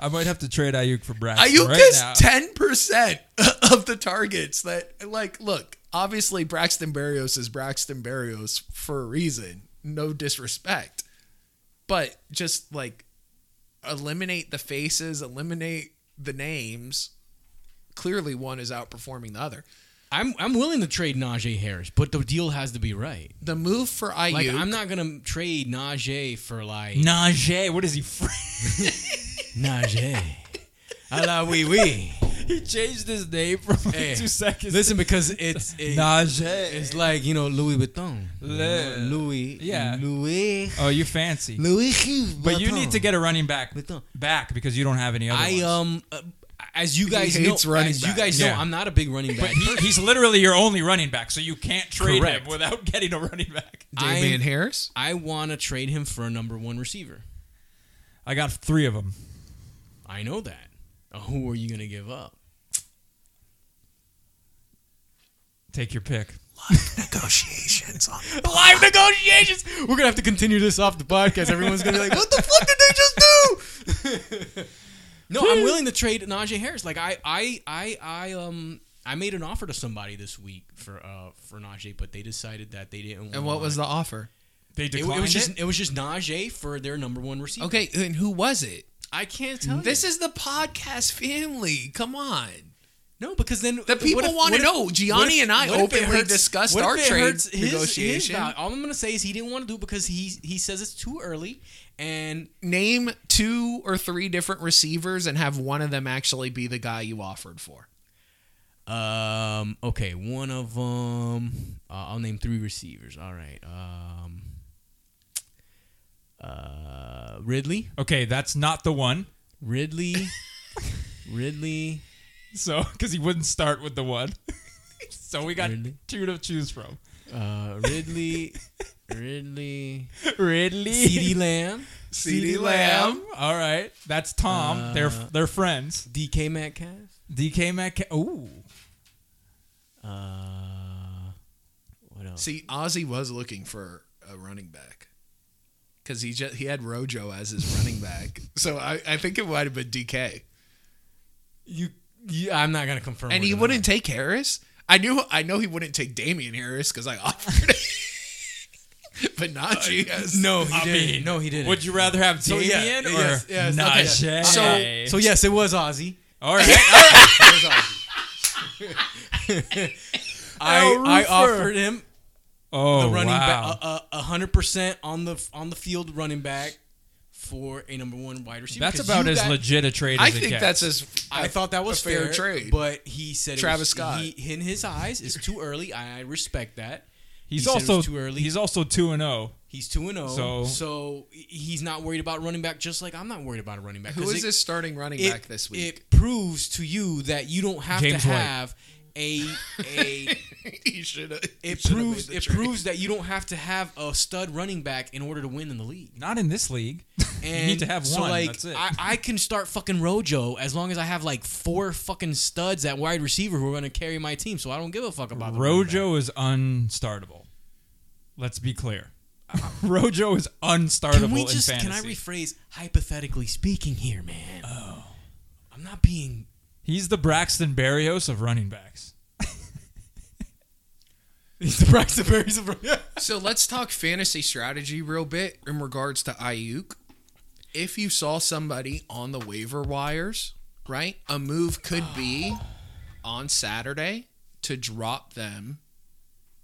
Speaker 3: I might have to trade Ayuk for Braxton.
Speaker 2: Ayuk
Speaker 3: right
Speaker 2: is
Speaker 3: now.
Speaker 2: 10% of the targets that, like, look, obviously Braxton Berrios is Braxton Berrios for a reason. No disrespect. But just like eliminate the faces, eliminate the names. Clearly, one is outperforming the other.
Speaker 1: I'm I'm willing to trade Najee Harris, but the deal has to be right.
Speaker 2: The move for Ayuk,
Speaker 1: Like I'm not gonna trade Najee for like
Speaker 3: Najee, what is he? Fr-
Speaker 1: Najee. A la wee wee.
Speaker 3: he changed his name from like
Speaker 1: Hey,
Speaker 3: two seconds.
Speaker 1: Listen, because it's it-
Speaker 3: Najee.
Speaker 1: it's like you know Louis Vuitton,
Speaker 3: Le-
Speaker 1: Louis,
Speaker 3: Yeah.
Speaker 1: Louis,
Speaker 3: Oh, you fancy.
Speaker 1: Louis.
Speaker 3: But you need to get a running back
Speaker 1: Vuitton.
Speaker 3: back because you don't have any other.
Speaker 1: I
Speaker 3: ones.
Speaker 1: um, uh, as you guys know,
Speaker 2: hates running
Speaker 1: as you
Speaker 2: back.
Speaker 1: guys know,
Speaker 3: Yeah.
Speaker 1: I'm not a big running back.
Speaker 3: He- he's literally your only running back, so you can't trade
Speaker 1: Correct.
Speaker 3: him without getting a running back.
Speaker 2: Damian
Speaker 1: I'm-
Speaker 2: Harris.
Speaker 1: I want to trade him for a number one receiver.
Speaker 3: I got three of them.
Speaker 1: I know that. Who are you gonna give up?
Speaker 3: Take your pick.
Speaker 2: Negotiations on
Speaker 1: Live negotiations. We're gonna have to continue this off the podcast. Everyone's gonna be like, "What the fuck did they just do?" no, I'm willing to trade Najee Harris. Like I, I, I, I, um, I made an offer to somebody this week for uh for Najee, but they decided that they didn't.
Speaker 2: And what was the offer?
Speaker 3: They
Speaker 1: It, it
Speaker 3: declined it.
Speaker 1: was just it was just Najee for their number one receiver.
Speaker 2: Okay, and who was it?
Speaker 1: I can't tell.
Speaker 2: This
Speaker 1: you.
Speaker 2: is the podcast family. Come on.
Speaker 1: no because then
Speaker 2: The
Speaker 1: what
Speaker 2: people
Speaker 1: if-
Speaker 2: want
Speaker 1: what
Speaker 2: to
Speaker 1: if-
Speaker 2: know. Gianni
Speaker 1: what if-
Speaker 2: and I
Speaker 1: what if it
Speaker 2: openly
Speaker 1: hurts-
Speaker 2: discussed
Speaker 1: what if
Speaker 2: our
Speaker 1: it
Speaker 2: trade
Speaker 1: hurts his- his
Speaker 2: negotiation.
Speaker 1: value? All I'm gonna say is he didn't want to do it because he he says it's too early and
Speaker 2: Name two or three different receivers and have one of them actually be the guy you offered for.
Speaker 1: Um. Okay. One of them. Uh, I'll name three receivers. All right. Um. Uh, Ridley,
Speaker 3: okay, that's not the one.
Speaker 1: Ridley, Ridley.
Speaker 3: So, because he wouldn't start with the one. so we got
Speaker 1: Really?
Speaker 3: two to choose from.
Speaker 1: Uh, Ridley, Ridley.
Speaker 3: Ridley,
Speaker 1: C.D. Lamb,
Speaker 2: CeeDee
Speaker 3: Lamb. All right, that's Tom.
Speaker 1: Uh,
Speaker 3: they're they're friends.
Speaker 1: DK Metcalf.
Speaker 3: DK Metcalf. Ooh,
Speaker 1: Uh, what else?
Speaker 2: See, Ozzy was looking for a running back because he just he had Rojo as his running back. So I, I think it might have been DK,
Speaker 1: You, you. I'm not gonna confirm.
Speaker 2: and
Speaker 1: whether
Speaker 2: he
Speaker 1: or not.
Speaker 2: wouldn't take Harris. I knew I know he wouldn't take Damian Harris because I offered it, but not Giannis.
Speaker 1: Uh, No, he
Speaker 3: I
Speaker 1: didn't.
Speaker 3: mean,
Speaker 1: no, he didn't.
Speaker 3: would you rather have
Speaker 1: So,
Speaker 3: Damian
Speaker 1: yeah,
Speaker 3: or
Speaker 1: yes, yes, okay.
Speaker 3: Najee?
Speaker 1: So yes, it was Ozzy.
Speaker 3: all right.
Speaker 1: I,
Speaker 3: El
Speaker 1: I
Speaker 3: Roofer.
Speaker 1: offered him a
Speaker 3: Oh
Speaker 1: running uh,
Speaker 3: wow.
Speaker 1: back, a hundred percent on the on the field running back for a number one wide receiver.
Speaker 3: That's
Speaker 1: 'Cause
Speaker 3: about
Speaker 1: you
Speaker 3: as
Speaker 1: got-
Speaker 3: legit a trade as
Speaker 2: I
Speaker 3: it
Speaker 2: think
Speaker 3: gets.
Speaker 2: that's as
Speaker 1: I thought that was
Speaker 2: a fair
Speaker 1: fair
Speaker 2: trade.
Speaker 1: but he said it
Speaker 2: Travis
Speaker 1: was-
Speaker 2: Scott.
Speaker 1: He, in his eyes, it's too early. I respect that.
Speaker 3: He's
Speaker 1: he said it
Speaker 3: also
Speaker 1: was too early.
Speaker 3: He's also two and oh. zero.
Speaker 1: He's two and zero,
Speaker 3: So-
Speaker 1: so, he's not worried about running back. Just like I'm not worried about a running back.
Speaker 2: Who
Speaker 1: 'cause
Speaker 2: is
Speaker 1: it-
Speaker 2: his starting running
Speaker 1: it-
Speaker 2: back this week?
Speaker 1: It proves to you that you don't have
Speaker 3: James
Speaker 1: to
Speaker 3: White.
Speaker 1: have a a
Speaker 2: he should have.
Speaker 1: it proves it proves that you don't have to have a stud running back in order to win in the league.
Speaker 3: Not in this league.
Speaker 1: And
Speaker 3: you need to have
Speaker 1: so,
Speaker 3: one.
Speaker 1: Like,
Speaker 3: that's it.
Speaker 1: I, I can start fucking Rojo as long as I have like four fucking studs at wide receiver who are going to carry my team. So I don't give a fuck about the running back.
Speaker 3: Rojo is unstartable. Let's be clear. Rojo is unstartable
Speaker 1: Uh-huh. Can we
Speaker 3: in
Speaker 1: just?
Speaker 3: fantasy.
Speaker 1: Can I rephrase? Hypothetically speaking, here, man. Oh, I'm not being.
Speaker 3: He's the Braxton Berrios of running backs.
Speaker 1: He's the Braxton Berries of.
Speaker 2: So let's talk fantasy strategy real bit in regards to Ayuk. if you saw somebody on the waiver wires, right? A move could be on Saturday to drop them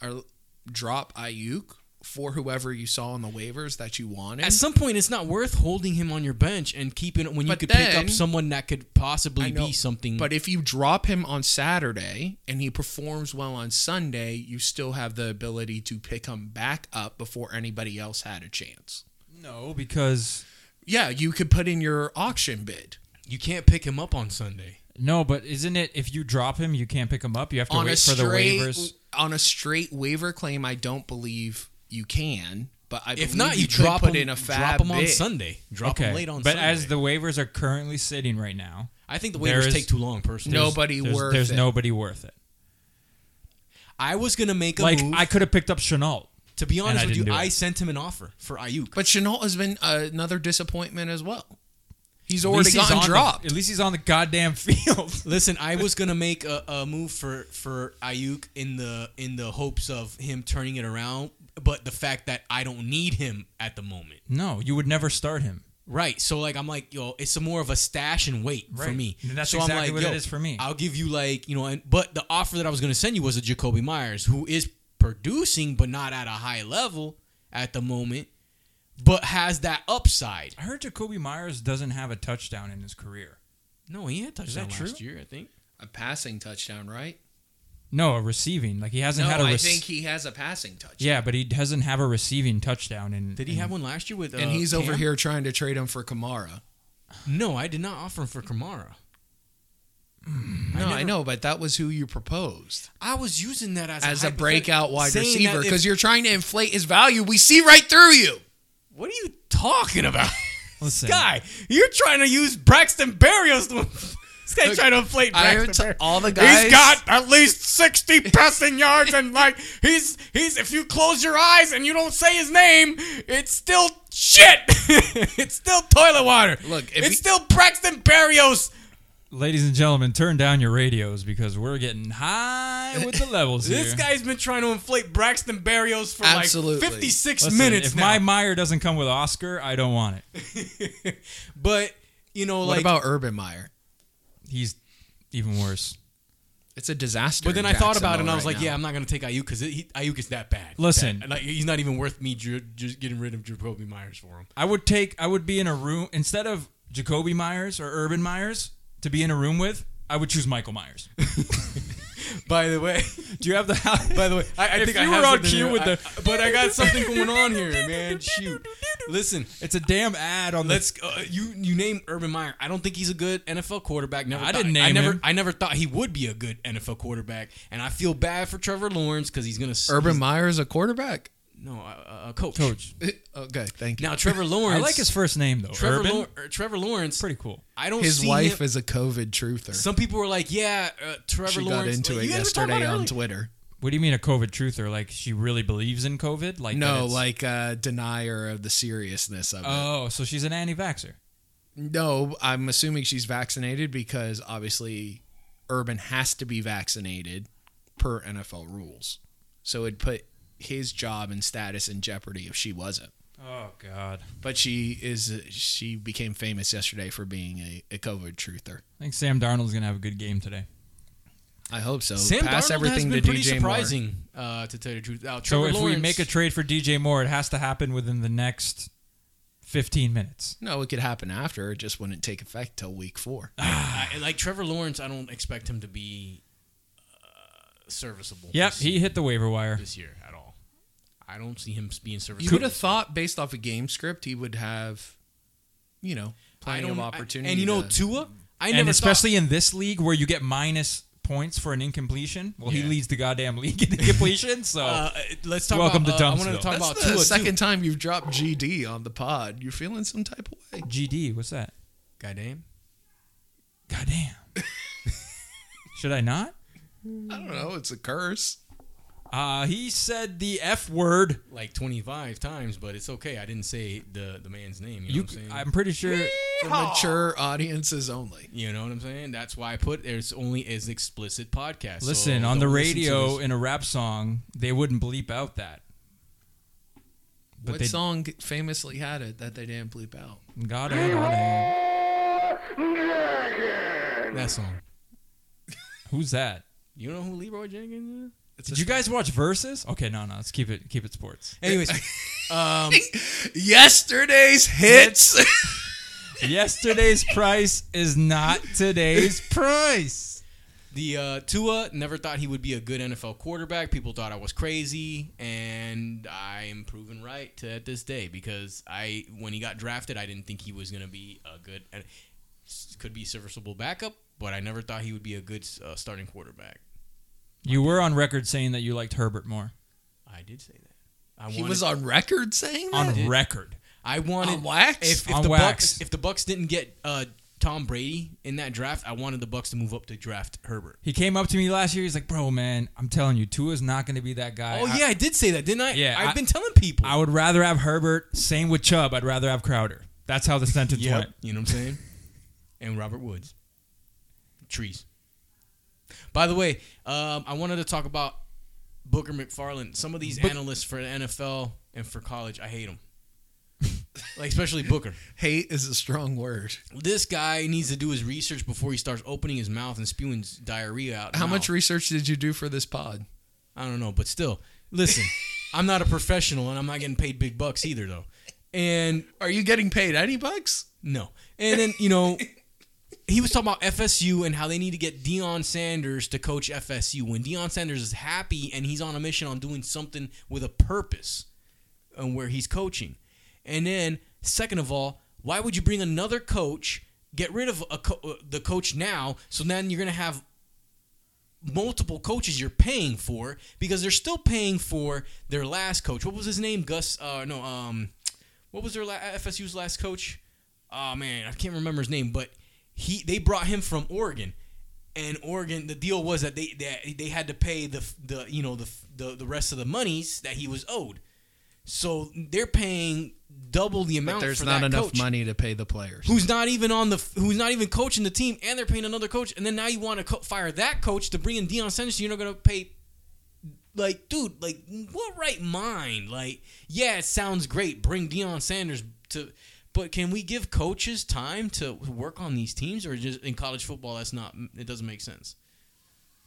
Speaker 2: or drop Ayuk for whoever you saw on the waivers that you wanted.
Speaker 1: At some point, it's not worth holding him on your bench and keeping when you
Speaker 2: But
Speaker 1: could pick
Speaker 2: then-
Speaker 1: up someone that could
Speaker 2: I
Speaker 1: possibly
Speaker 2: know,
Speaker 1: be something.
Speaker 2: But if you drop him on Saturday and he performs well on Sunday, you still have the ability to pick him back up before anybody else had a chance.
Speaker 3: No, because
Speaker 2: Yeah, you could put in your auction bid
Speaker 1: you can't pick him up on Sunday.
Speaker 3: no, but isn't it if you drop him, you can't pick him up? You have to
Speaker 2: on a
Speaker 3: wait for the
Speaker 2: straight
Speaker 3: waivers.
Speaker 2: on a straight waiver claim. I don't believe you can, but I
Speaker 1: If
Speaker 2: believe
Speaker 1: not, you,
Speaker 2: could
Speaker 1: drop
Speaker 2: put
Speaker 1: him
Speaker 2: in a fab
Speaker 1: drop him on
Speaker 2: bid.
Speaker 1: Sunday. Drop
Speaker 3: okay,
Speaker 1: him late on
Speaker 3: but
Speaker 1: Sunday.
Speaker 3: as the waivers are currently sitting right now,
Speaker 1: I think the
Speaker 3: there
Speaker 1: waivers
Speaker 3: is-
Speaker 1: take too long. Personally,
Speaker 2: No, Nobody
Speaker 3: there's,
Speaker 2: worth
Speaker 3: there's
Speaker 2: it.
Speaker 3: nobody worth it.
Speaker 1: I was gonna make a
Speaker 3: Like
Speaker 1: move.
Speaker 3: I could have picked up Chenault.
Speaker 1: to be honest
Speaker 3: I
Speaker 1: with you,
Speaker 3: didn't do
Speaker 1: I
Speaker 3: it.
Speaker 1: sent him an offer for Ayuk.
Speaker 2: But Chenault has been uh, another disappointment as well. He's
Speaker 3: At
Speaker 2: already
Speaker 3: least he's
Speaker 2: gotten
Speaker 3: on the-
Speaker 2: dropped.
Speaker 3: at least he's on the goddamn field.
Speaker 1: Listen, I was gonna make a, a move for for Ayuk in the in the hopes of him turning it around, but the fact that I don't need him at the moment,
Speaker 3: no, you would never start him.
Speaker 1: right? So like I'm like yo, it's a more of a stash and wait for
Speaker 3: Right.
Speaker 1: me.
Speaker 3: And that's
Speaker 1: so I'm
Speaker 3: exactly
Speaker 1: like,
Speaker 3: what
Speaker 1: yo,
Speaker 3: it is for me.
Speaker 1: I'll give you like you know, and, but the offer that I was gonna send you was a Jacoby Myers who is producing but not at a high level at the moment, but has that upside.
Speaker 3: I heard Jacoby Myers doesn't have a touchdown in his career.
Speaker 1: No, he had touchdown
Speaker 3: that
Speaker 1: last
Speaker 3: true?
Speaker 1: year, I think.
Speaker 2: a passing touchdown, right?
Speaker 3: No, a receiving. Like he hasn't
Speaker 2: No,
Speaker 3: had a.
Speaker 2: I
Speaker 3: rec-
Speaker 2: think he has a passing touchdown.
Speaker 3: yeah, but he doesn't have a receiving touchdown. And
Speaker 1: Did he have one last year with? Uh,
Speaker 2: and he's over
Speaker 1: Cam?
Speaker 2: here trying to trade him for Kamara.
Speaker 1: No, I did not offer him for Kamara.
Speaker 2: No, I,
Speaker 1: never-
Speaker 2: know, but that was who you proposed
Speaker 1: I was using that as
Speaker 2: as a
Speaker 1: hypothet-
Speaker 2: breakout wide
Speaker 1: saying that
Speaker 2: receiver
Speaker 1: if-
Speaker 2: because you're trying to inflate his value. We see right through you.
Speaker 1: what are you talking about,
Speaker 3: Listen.
Speaker 1: guy? You're trying to use Braxton Berrios. To, this guy's
Speaker 2: Look,
Speaker 1: trying to inflate
Speaker 2: I heard
Speaker 1: Braxton.
Speaker 2: t-
Speaker 1: Berrios.
Speaker 2: all the guys.
Speaker 1: He's got at least sixty passing yards, and like he's he's. If you close your eyes and you don't say his name, it's still shit. it's still toilet water.
Speaker 2: Look, if
Speaker 1: it's
Speaker 2: he-
Speaker 1: still Braxton Berrios.
Speaker 3: Ladies and gentlemen, turn down your radios because we're getting high with the levels
Speaker 1: This
Speaker 3: here.
Speaker 1: guy's been trying to inflate Braxton Berrios for
Speaker 2: Absolutely.
Speaker 1: like 56
Speaker 3: Listen,
Speaker 1: minutes
Speaker 3: If
Speaker 1: now.
Speaker 3: my Meyer doesn't come with Oscar, I don't want it.
Speaker 1: but you know,
Speaker 2: What
Speaker 1: like,
Speaker 2: about Urban Meyer?
Speaker 3: He's even worse.
Speaker 2: It's a disaster.
Speaker 1: but then
Speaker 2: in
Speaker 1: I thought
Speaker 2: Jacksonville
Speaker 1: about it and I was
Speaker 2: right
Speaker 1: like,
Speaker 2: now.
Speaker 1: yeah, I'm not gonna take Ayuk because Ayuk is that bad.
Speaker 3: Listen.
Speaker 1: That- like, he's not even worth me ju- just getting rid of Jacoby Myers for him.
Speaker 3: I would take. I would be in a room instead of Jacoby Myers or Urban Myers to be in a room with. I would choose Michael Myers.
Speaker 1: By the way,
Speaker 3: Do you have the?
Speaker 1: by the way, I, I
Speaker 3: If
Speaker 1: think I
Speaker 3: you
Speaker 1: have
Speaker 3: were on
Speaker 1: something
Speaker 3: cue
Speaker 1: here.
Speaker 3: with
Speaker 1: I-
Speaker 3: the-
Speaker 1: I- but I got something going on here, man. Shoot, listen.
Speaker 3: It's a damn ad on the
Speaker 1: Let's uh, you you name Urban Meyer. I don't think he's a good NFL quarterback. Never
Speaker 3: I
Speaker 1: thought-
Speaker 3: didn't name
Speaker 1: I never
Speaker 3: him.
Speaker 1: I never thought he would be a good NFL quarterback, and I feel bad for Trevor Lawrence because he's gonna s-
Speaker 2: Urban Meyer is a quarterback.
Speaker 1: no a, a coach.
Speaker 3: coach.
Speaker 2: okay, thank you.
Speaker 1: Now Trevor Lawrence.
Speaker 3: I like his first name though.
Speaker 1: Trevor,
Speaker 3: Urban.
Speaker 1: Law- uh, Trevor Lawrence.
Speaker 3: Pretty cool.
Speaker 1: I don't.
Speaker 2: His
Speaker 1: see
Speaker 2: wife
Speaker 1: him-
Speaker 2: is a COVID truther.
Speaker 1: Some people were like, "Yeah, uh, Trevor
Speaker 2: she got
Speaker 1: Lawrence."
Speaker 2: into
Speaker 1: like,
Speaker 2: it
Speaker 1: you guys were talking
Speaker 2: yesterday
Speaker 1: about
Speaker 2: on
Speaker 1: earlier.
Speaker 2: Twitter.
Speaker 3: What do you mean a COVID truther? Like she really believes in COVID? Like that
Speaker 2: No,
Speaker 3: it's-
Speaker 2: like uh, denier of the seriousness of it.
Speaker 3: oh, so she's an anti-vaxer.
Speaker 2: No, I'm assuming she's vaccinated because obviously Urban has to be vaccinated per NFL rules. So it'd put his job and status in jeopardy if she wasn't.
Speaker 3: Oh God.
Speaker 2: But she is she became famous yesterday for being a, a COVID truther.
Speaker 3: I think Sam Darnold's gonna have a good game today.
Speaker 2: I hope so.
Speaker 1: Sam
Speaker 2: Pass
Speaker 1: Darnold has
Speaker 2: everything
Speaker 1: been
Speaker 2: to
Speaker 1: pretty
Speaker 2: DJ Moore.
Speaker 1: surprising, uh, to tell you the truth. Uh,
Speaker 3: So
Speaker 1: Trevor
Speaker 3: if
Speaker 1: Lawrence,
Speaker 3: we make a trade for DJ Moore, it has to happen within the next fifteen minutes.
Speaker 2: No, it could happen after. It just wouldn't take effect till week four.
Speaker 1: I- like Trevor Lawrence, I don't expect him to be uh, serviceable.
Speaker 3: Yep,
Speaker 1: this,
Speaker 3: he hit the waiver wire.
Speaker 1: this year at all. I don't see him being
Speaker 2: You
Speaker 1: serviceable.
Speaker 2: would have thought, based off a game script, he would have, you know,
Speaker 1: I
Speaker 2: plenty
Speaker 1: don't
Speaker 2: of
Speaker 1: I-
Speaker 2: opportunity.
Speaker 1: and you know
Speaker 2: to-
Speaker 1: Tua. I
Speaker 3: And
Speaker 1: never
Speaker 3: especially in this league where you get minus points for an incompletion. Well,
Speaker 1: Yeah.
Speaker 3: he leads the goddamn league in incompletion, so
Speaker 1: thought. Uh, let's talk
Speaker 3: Welcome
Speaker 1: about.
Speaker 3: to
Speaker 1: uh, I wanted to
Speaker 3: Dumpsville.
Speaker 1: talk
Speaker 2: That's
Speaker 1: about
Speaker 2: the
Speaker 1: Tua.
Speaker 2: second time you've dropped GD on the pod. You're feeling some type of way.
Speaker 3: GD, what's that?
Speaker 1: Guy name.
Speaker 3: Goddamn. Should I not?
Speaker 2: I don't know. It's a curse.
Speaker 3: Uh, he said the F word.
Speaker 1: like 25 times, but it's okay. I didn't say the the man's name. You know
Speaker 3: You,
Speaker 1: what I'm saying?
Speaker 3: I'm pretty sure.
Speaker 2: For mature audiences only.
Speaker 1: you know what I'm saying? That's why I put there's only is explicit podcast. so
Speaker 3: Listen, on the
Speaker 1: don't listen to
Speaker 3: radio
Speaker 1: this.
Speaker 3: in a rap song, they wouldn't bleep out that. But
Speaker 2: what
Speaker 3: they-
Speaker 2: song famously had it that they didn't bleep out?
Speaker 3: God and Odd
Speaker 1: That song.
Speaker 3: Hand. Who's that?
Speaker 1: You know who Leroy Jenkins is?
Speaker 2: It's
Speaker 3: Did you guys watch Versus? Okay, no, no. Let's keep it keep it sports.
Speaker 1: Anyways, um,
Speaker 2: yesterday's hits?
Speaker 3: Yesterday's price is not today's price.
Speaker 1: the uh, Tua never thought he would be a good NFL quarterback. People thought I was crazy, and I am proven right to at this day because I, when he got drafted, I didn't think he was going to be a good, and could be serviceable backup, but I never thought he would be a good uh, starting quarterback.
Speaker 3: You were on record saying that you liked Herbert more.
Speaker 1: I did say that. I
Speaker 2: he
Speaker 1: wanted,
Speaker 2: was on record saying that?
Speaker 3: On record.
Speaker 1: I wanted
Speaker 2: on wax?
Speaker 1: If, if
Speaker 3: On
Speaker 1: the
Speaker 3: wax.
Speaker 1: Bucks, if the Bucks didn't get uh, Tom Brady in that draft, I wanted the Bucks to move up to draft Herbert.
Speaker 3: He came up to me last year. He's like, "Bro, man, I'm telling you, Tua's not going to be that guy."
Speaker 1: oh
Speaker 3: I-
Speaker 1: yeah, I did say that, didn't I?
Speaker 3: Yeah,
Speaker 1: I've
Speaker 3: I-
Speaker 1: been telling people.
Speaker 3: I would rather have Herbert. Same with Chubb. I'd rather have Crowder. That's how the sentence
Speaker 1: Yep.
Speaker 3: went.
Speaker 1: You know what I'm saying? and Robert Woods. Trees. By the way, um, I wanted to talk about Booker McFarland. Some of these analysts for the NFL and for college, I hate them. like especially Booker.
Speaker 2: Hate is a strong word.
Speaker 1: This guy needs to do his research before he starts opening his mouth and spewing diarrhea out. his
Speaker 2: How
Speaker 1: mouth.
Speaker 2: much research did you do for this pod?
Speaker 1: I don't know, but still, listen, I'm not a professional and I'm not getting paid big bucks either, though. And
Speaker 2: Are you getting paid any bucks?
Speaker 1: no, and then you know, he was talking about FSU and how they need to get Deion Sanders to coach FSU when Deion Sanders is happy and he's on a mission on doing something with a purpose, and where he's coaching. And then, second of all, why would you bring another coach? Get rid of a co- uh, the coach now, so then you're gonna have multiple coaches you're paying for because they're still paying for their last coach. What was his name? Gus? Uh, no. Um, what was their la- FSU's last coach? Oh man, I can't remember his name, but he they brought him from Oregon, and Oregon the deal was that they they, they had to pay the the you know the, the the rest of the monies that he was owed. So they're paying double the amount.
Speaker 2: But there's
Speaker 1: for
Speaker 2: not
Speaker 1: that
Speaker 2: enough
Speaker 1: coach
Speaker 2: money to pay the players.
Speaker 1: who's not even on the who's not even coaching the team, and they're paying another coach, and then now you want to co- fire that coach to bring in Deion Sanders. You're not gonna pay, like, dude, like, what right mind? Like, yeah, it sounds great. Bring Deion Sanders to, but can we give coaches time to work on these teams, or just in college football that's not it doesn't make sense.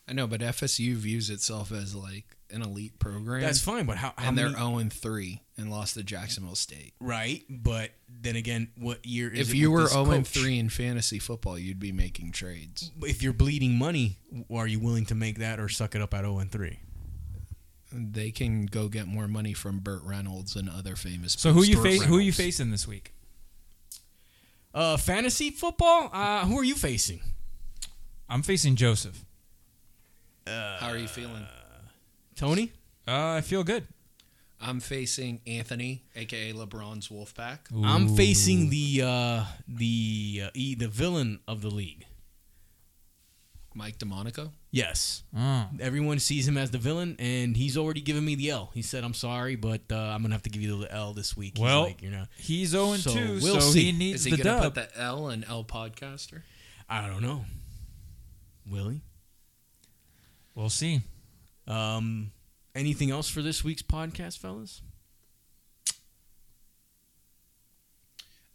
Speaker 2: I know, but FSU views itself as like an elite program.
Speaker 1: That's fine, but how, how
Speaker 2: and
Speaker 1: many,
Speaker 2: they're 0 and 3 and lost to Jacksonville State.
Speaker 1: right? But then again, what year is
Speaker 2: if
Speaker 1: it
Speaker 2: you
Speaker 1: with
Speaker 2: were
Speaker 1: this
Speaker 2: 0 and
Speaker 1: coach?
Speaker 2: 3 in fantasy football, you'd be making trades.
Speaker 1: If you're bleeding money, are you willing to make that or suck it up at zero and three?
Speaker 2: They can go get more money from Burt Reynolds and other famous
Speaker 3: So who you
Speaker 2: Burt
Speaker 3: face? Who you
Speaker 2: Reynolds.
Speaker 3: facing this week?
Speaker 1: Uh, fantasy football. Uh, who are you facing?
Speaker 3: I'm facing Joseph.
Speaker 2: How are you feeling?
Speaker 1: Tony.
Speaker 3: Uh, I feel good.
Speaker 2: I'm facing Anthony, aka LeBron's Wolfpack.
Speaker 1: I'm
Speaker 3: Ooh.
Speaker 1: facing the uh, the uh, e, the villain of the league.
Speaker 2: Mike DeMonico.
Speaker 1: Yes,
Speaker 3: Oh.
Speaker 1: everyone sees him as the villain, and he's already given me the L. He said, "I'm sorry, but uh, I'm gonna have to give you the L this week." He's
Speaker 3: Well,
Speaker 1: like, you know,
Speaker 3: He's 0 and
Speaker 1: So
Speaker 3: 2,
Speaker 1: we'll
Speaker 3: so
Speaker 1: see.
Speaker 3: he needs
Speaker 2: Is he
Speaker 3: the
Speaker 2: gonna
Speaker 3: dub.
Speaker 2: put the L in L podcaster?
Speaker 1: I don't know, Willie.
Speaker 3: we'll see.
Speaker 1: Um, anything else for this week's podcast, fellas?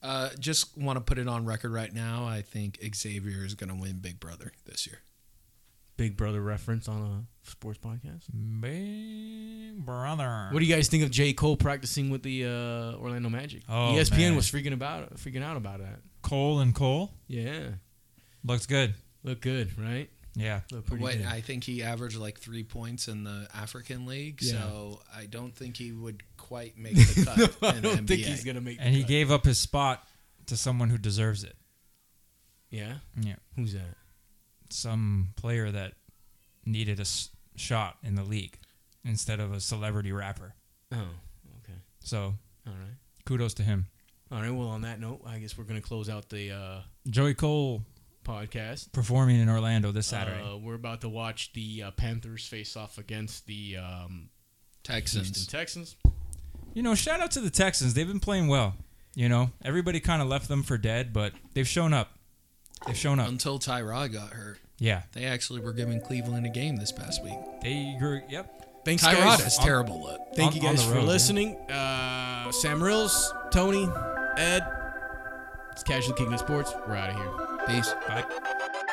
Speaker 2: Uh, just want to put it on record right now. I think Xavier is gonna win Big Brother this year.
Speaker 1: Big Brother reference on a sports podcast.
Speaker 3: Big brother.
Speaker 1: What do you guys think of J. Cole practicing with the uh, Orlando Magic?
Speaker 3: Oh,
Speaker 1: ESPN
Speaker 3: man.
Speaker 1: was freaking about freaking out about that.
Speaker 3: Cole and Cole
Speaker 1: Yeah.
Speaker 3: looks good.
Speaker 1: Look good, right?
Speaker 3: Yeah.
Speaker 1: Look pretty
Speaker 2: What
Speaker 1: good.
Speaker 2: I think he averaged like three points in the African League, so I don't think he would quite make the cut. in
Speaker 1: I
Speaker 2: the
Speaker 1: don't
Speaker 2: NBA.
Speaker 1: think he's gonna make.
Speaker 3: And
Speaker 1: the
Speaker 3: he
Speaker 1: cut.
Speaker 3: gave up his spot to someone who deserves it.
Speaker 1: yeah.
Speaker 3: Yeah.
Speaker 1: Who's that?
Speaker 3: Some player that needed a s- shot in the league instead of a celebrity rapper.
Speaker 1: Oh, okay.
Speaker 3: So
Speaker 1: All right.
Speaker 3: kudos to him.
Speaker 1: All right. Well, on that note, I guess we're gonna close out the uh,
Speaker 3: Joey Cole
Speaker 1: podcast.
Speaker 3: performing in Orlando this Saturday.
Speaker 1: Uh, we're about to watch the uh, Panthers face off against the um,
Speaker 2: Texans.
Speaker 1: Houston Texans.
Speaker 3: You know, shout out to the Texans. They've been playing well. You know, everybody kind of left them for dead, but they've shown up. They've shown up.
Speaker 2: Until Tyrod got hurt,
Speaker 3: Yeah.
Speaker 2: they actually were giving Cleveland a game this past week.
Speaker 3: They grew. Yep.
Speaker 1: Thanks,
Speaker 4: Tyrod
Speaker 1: guys.
Speaker 4: has terrible luck.
Speaker 1: Thank
Speaker 3: On-
Speaker 1: you
Speaker 3: on
Speaker 1: guys
Speaker 3: the
Speaker 1: for
Speaker 3: road, yeah.
Speaker 1: listening. Uh, Sam Rills, Tony, Ed. It's Casually Kicking Sports. We're out of here.
Speaker 2: Peace.
Speaker 3: Bye.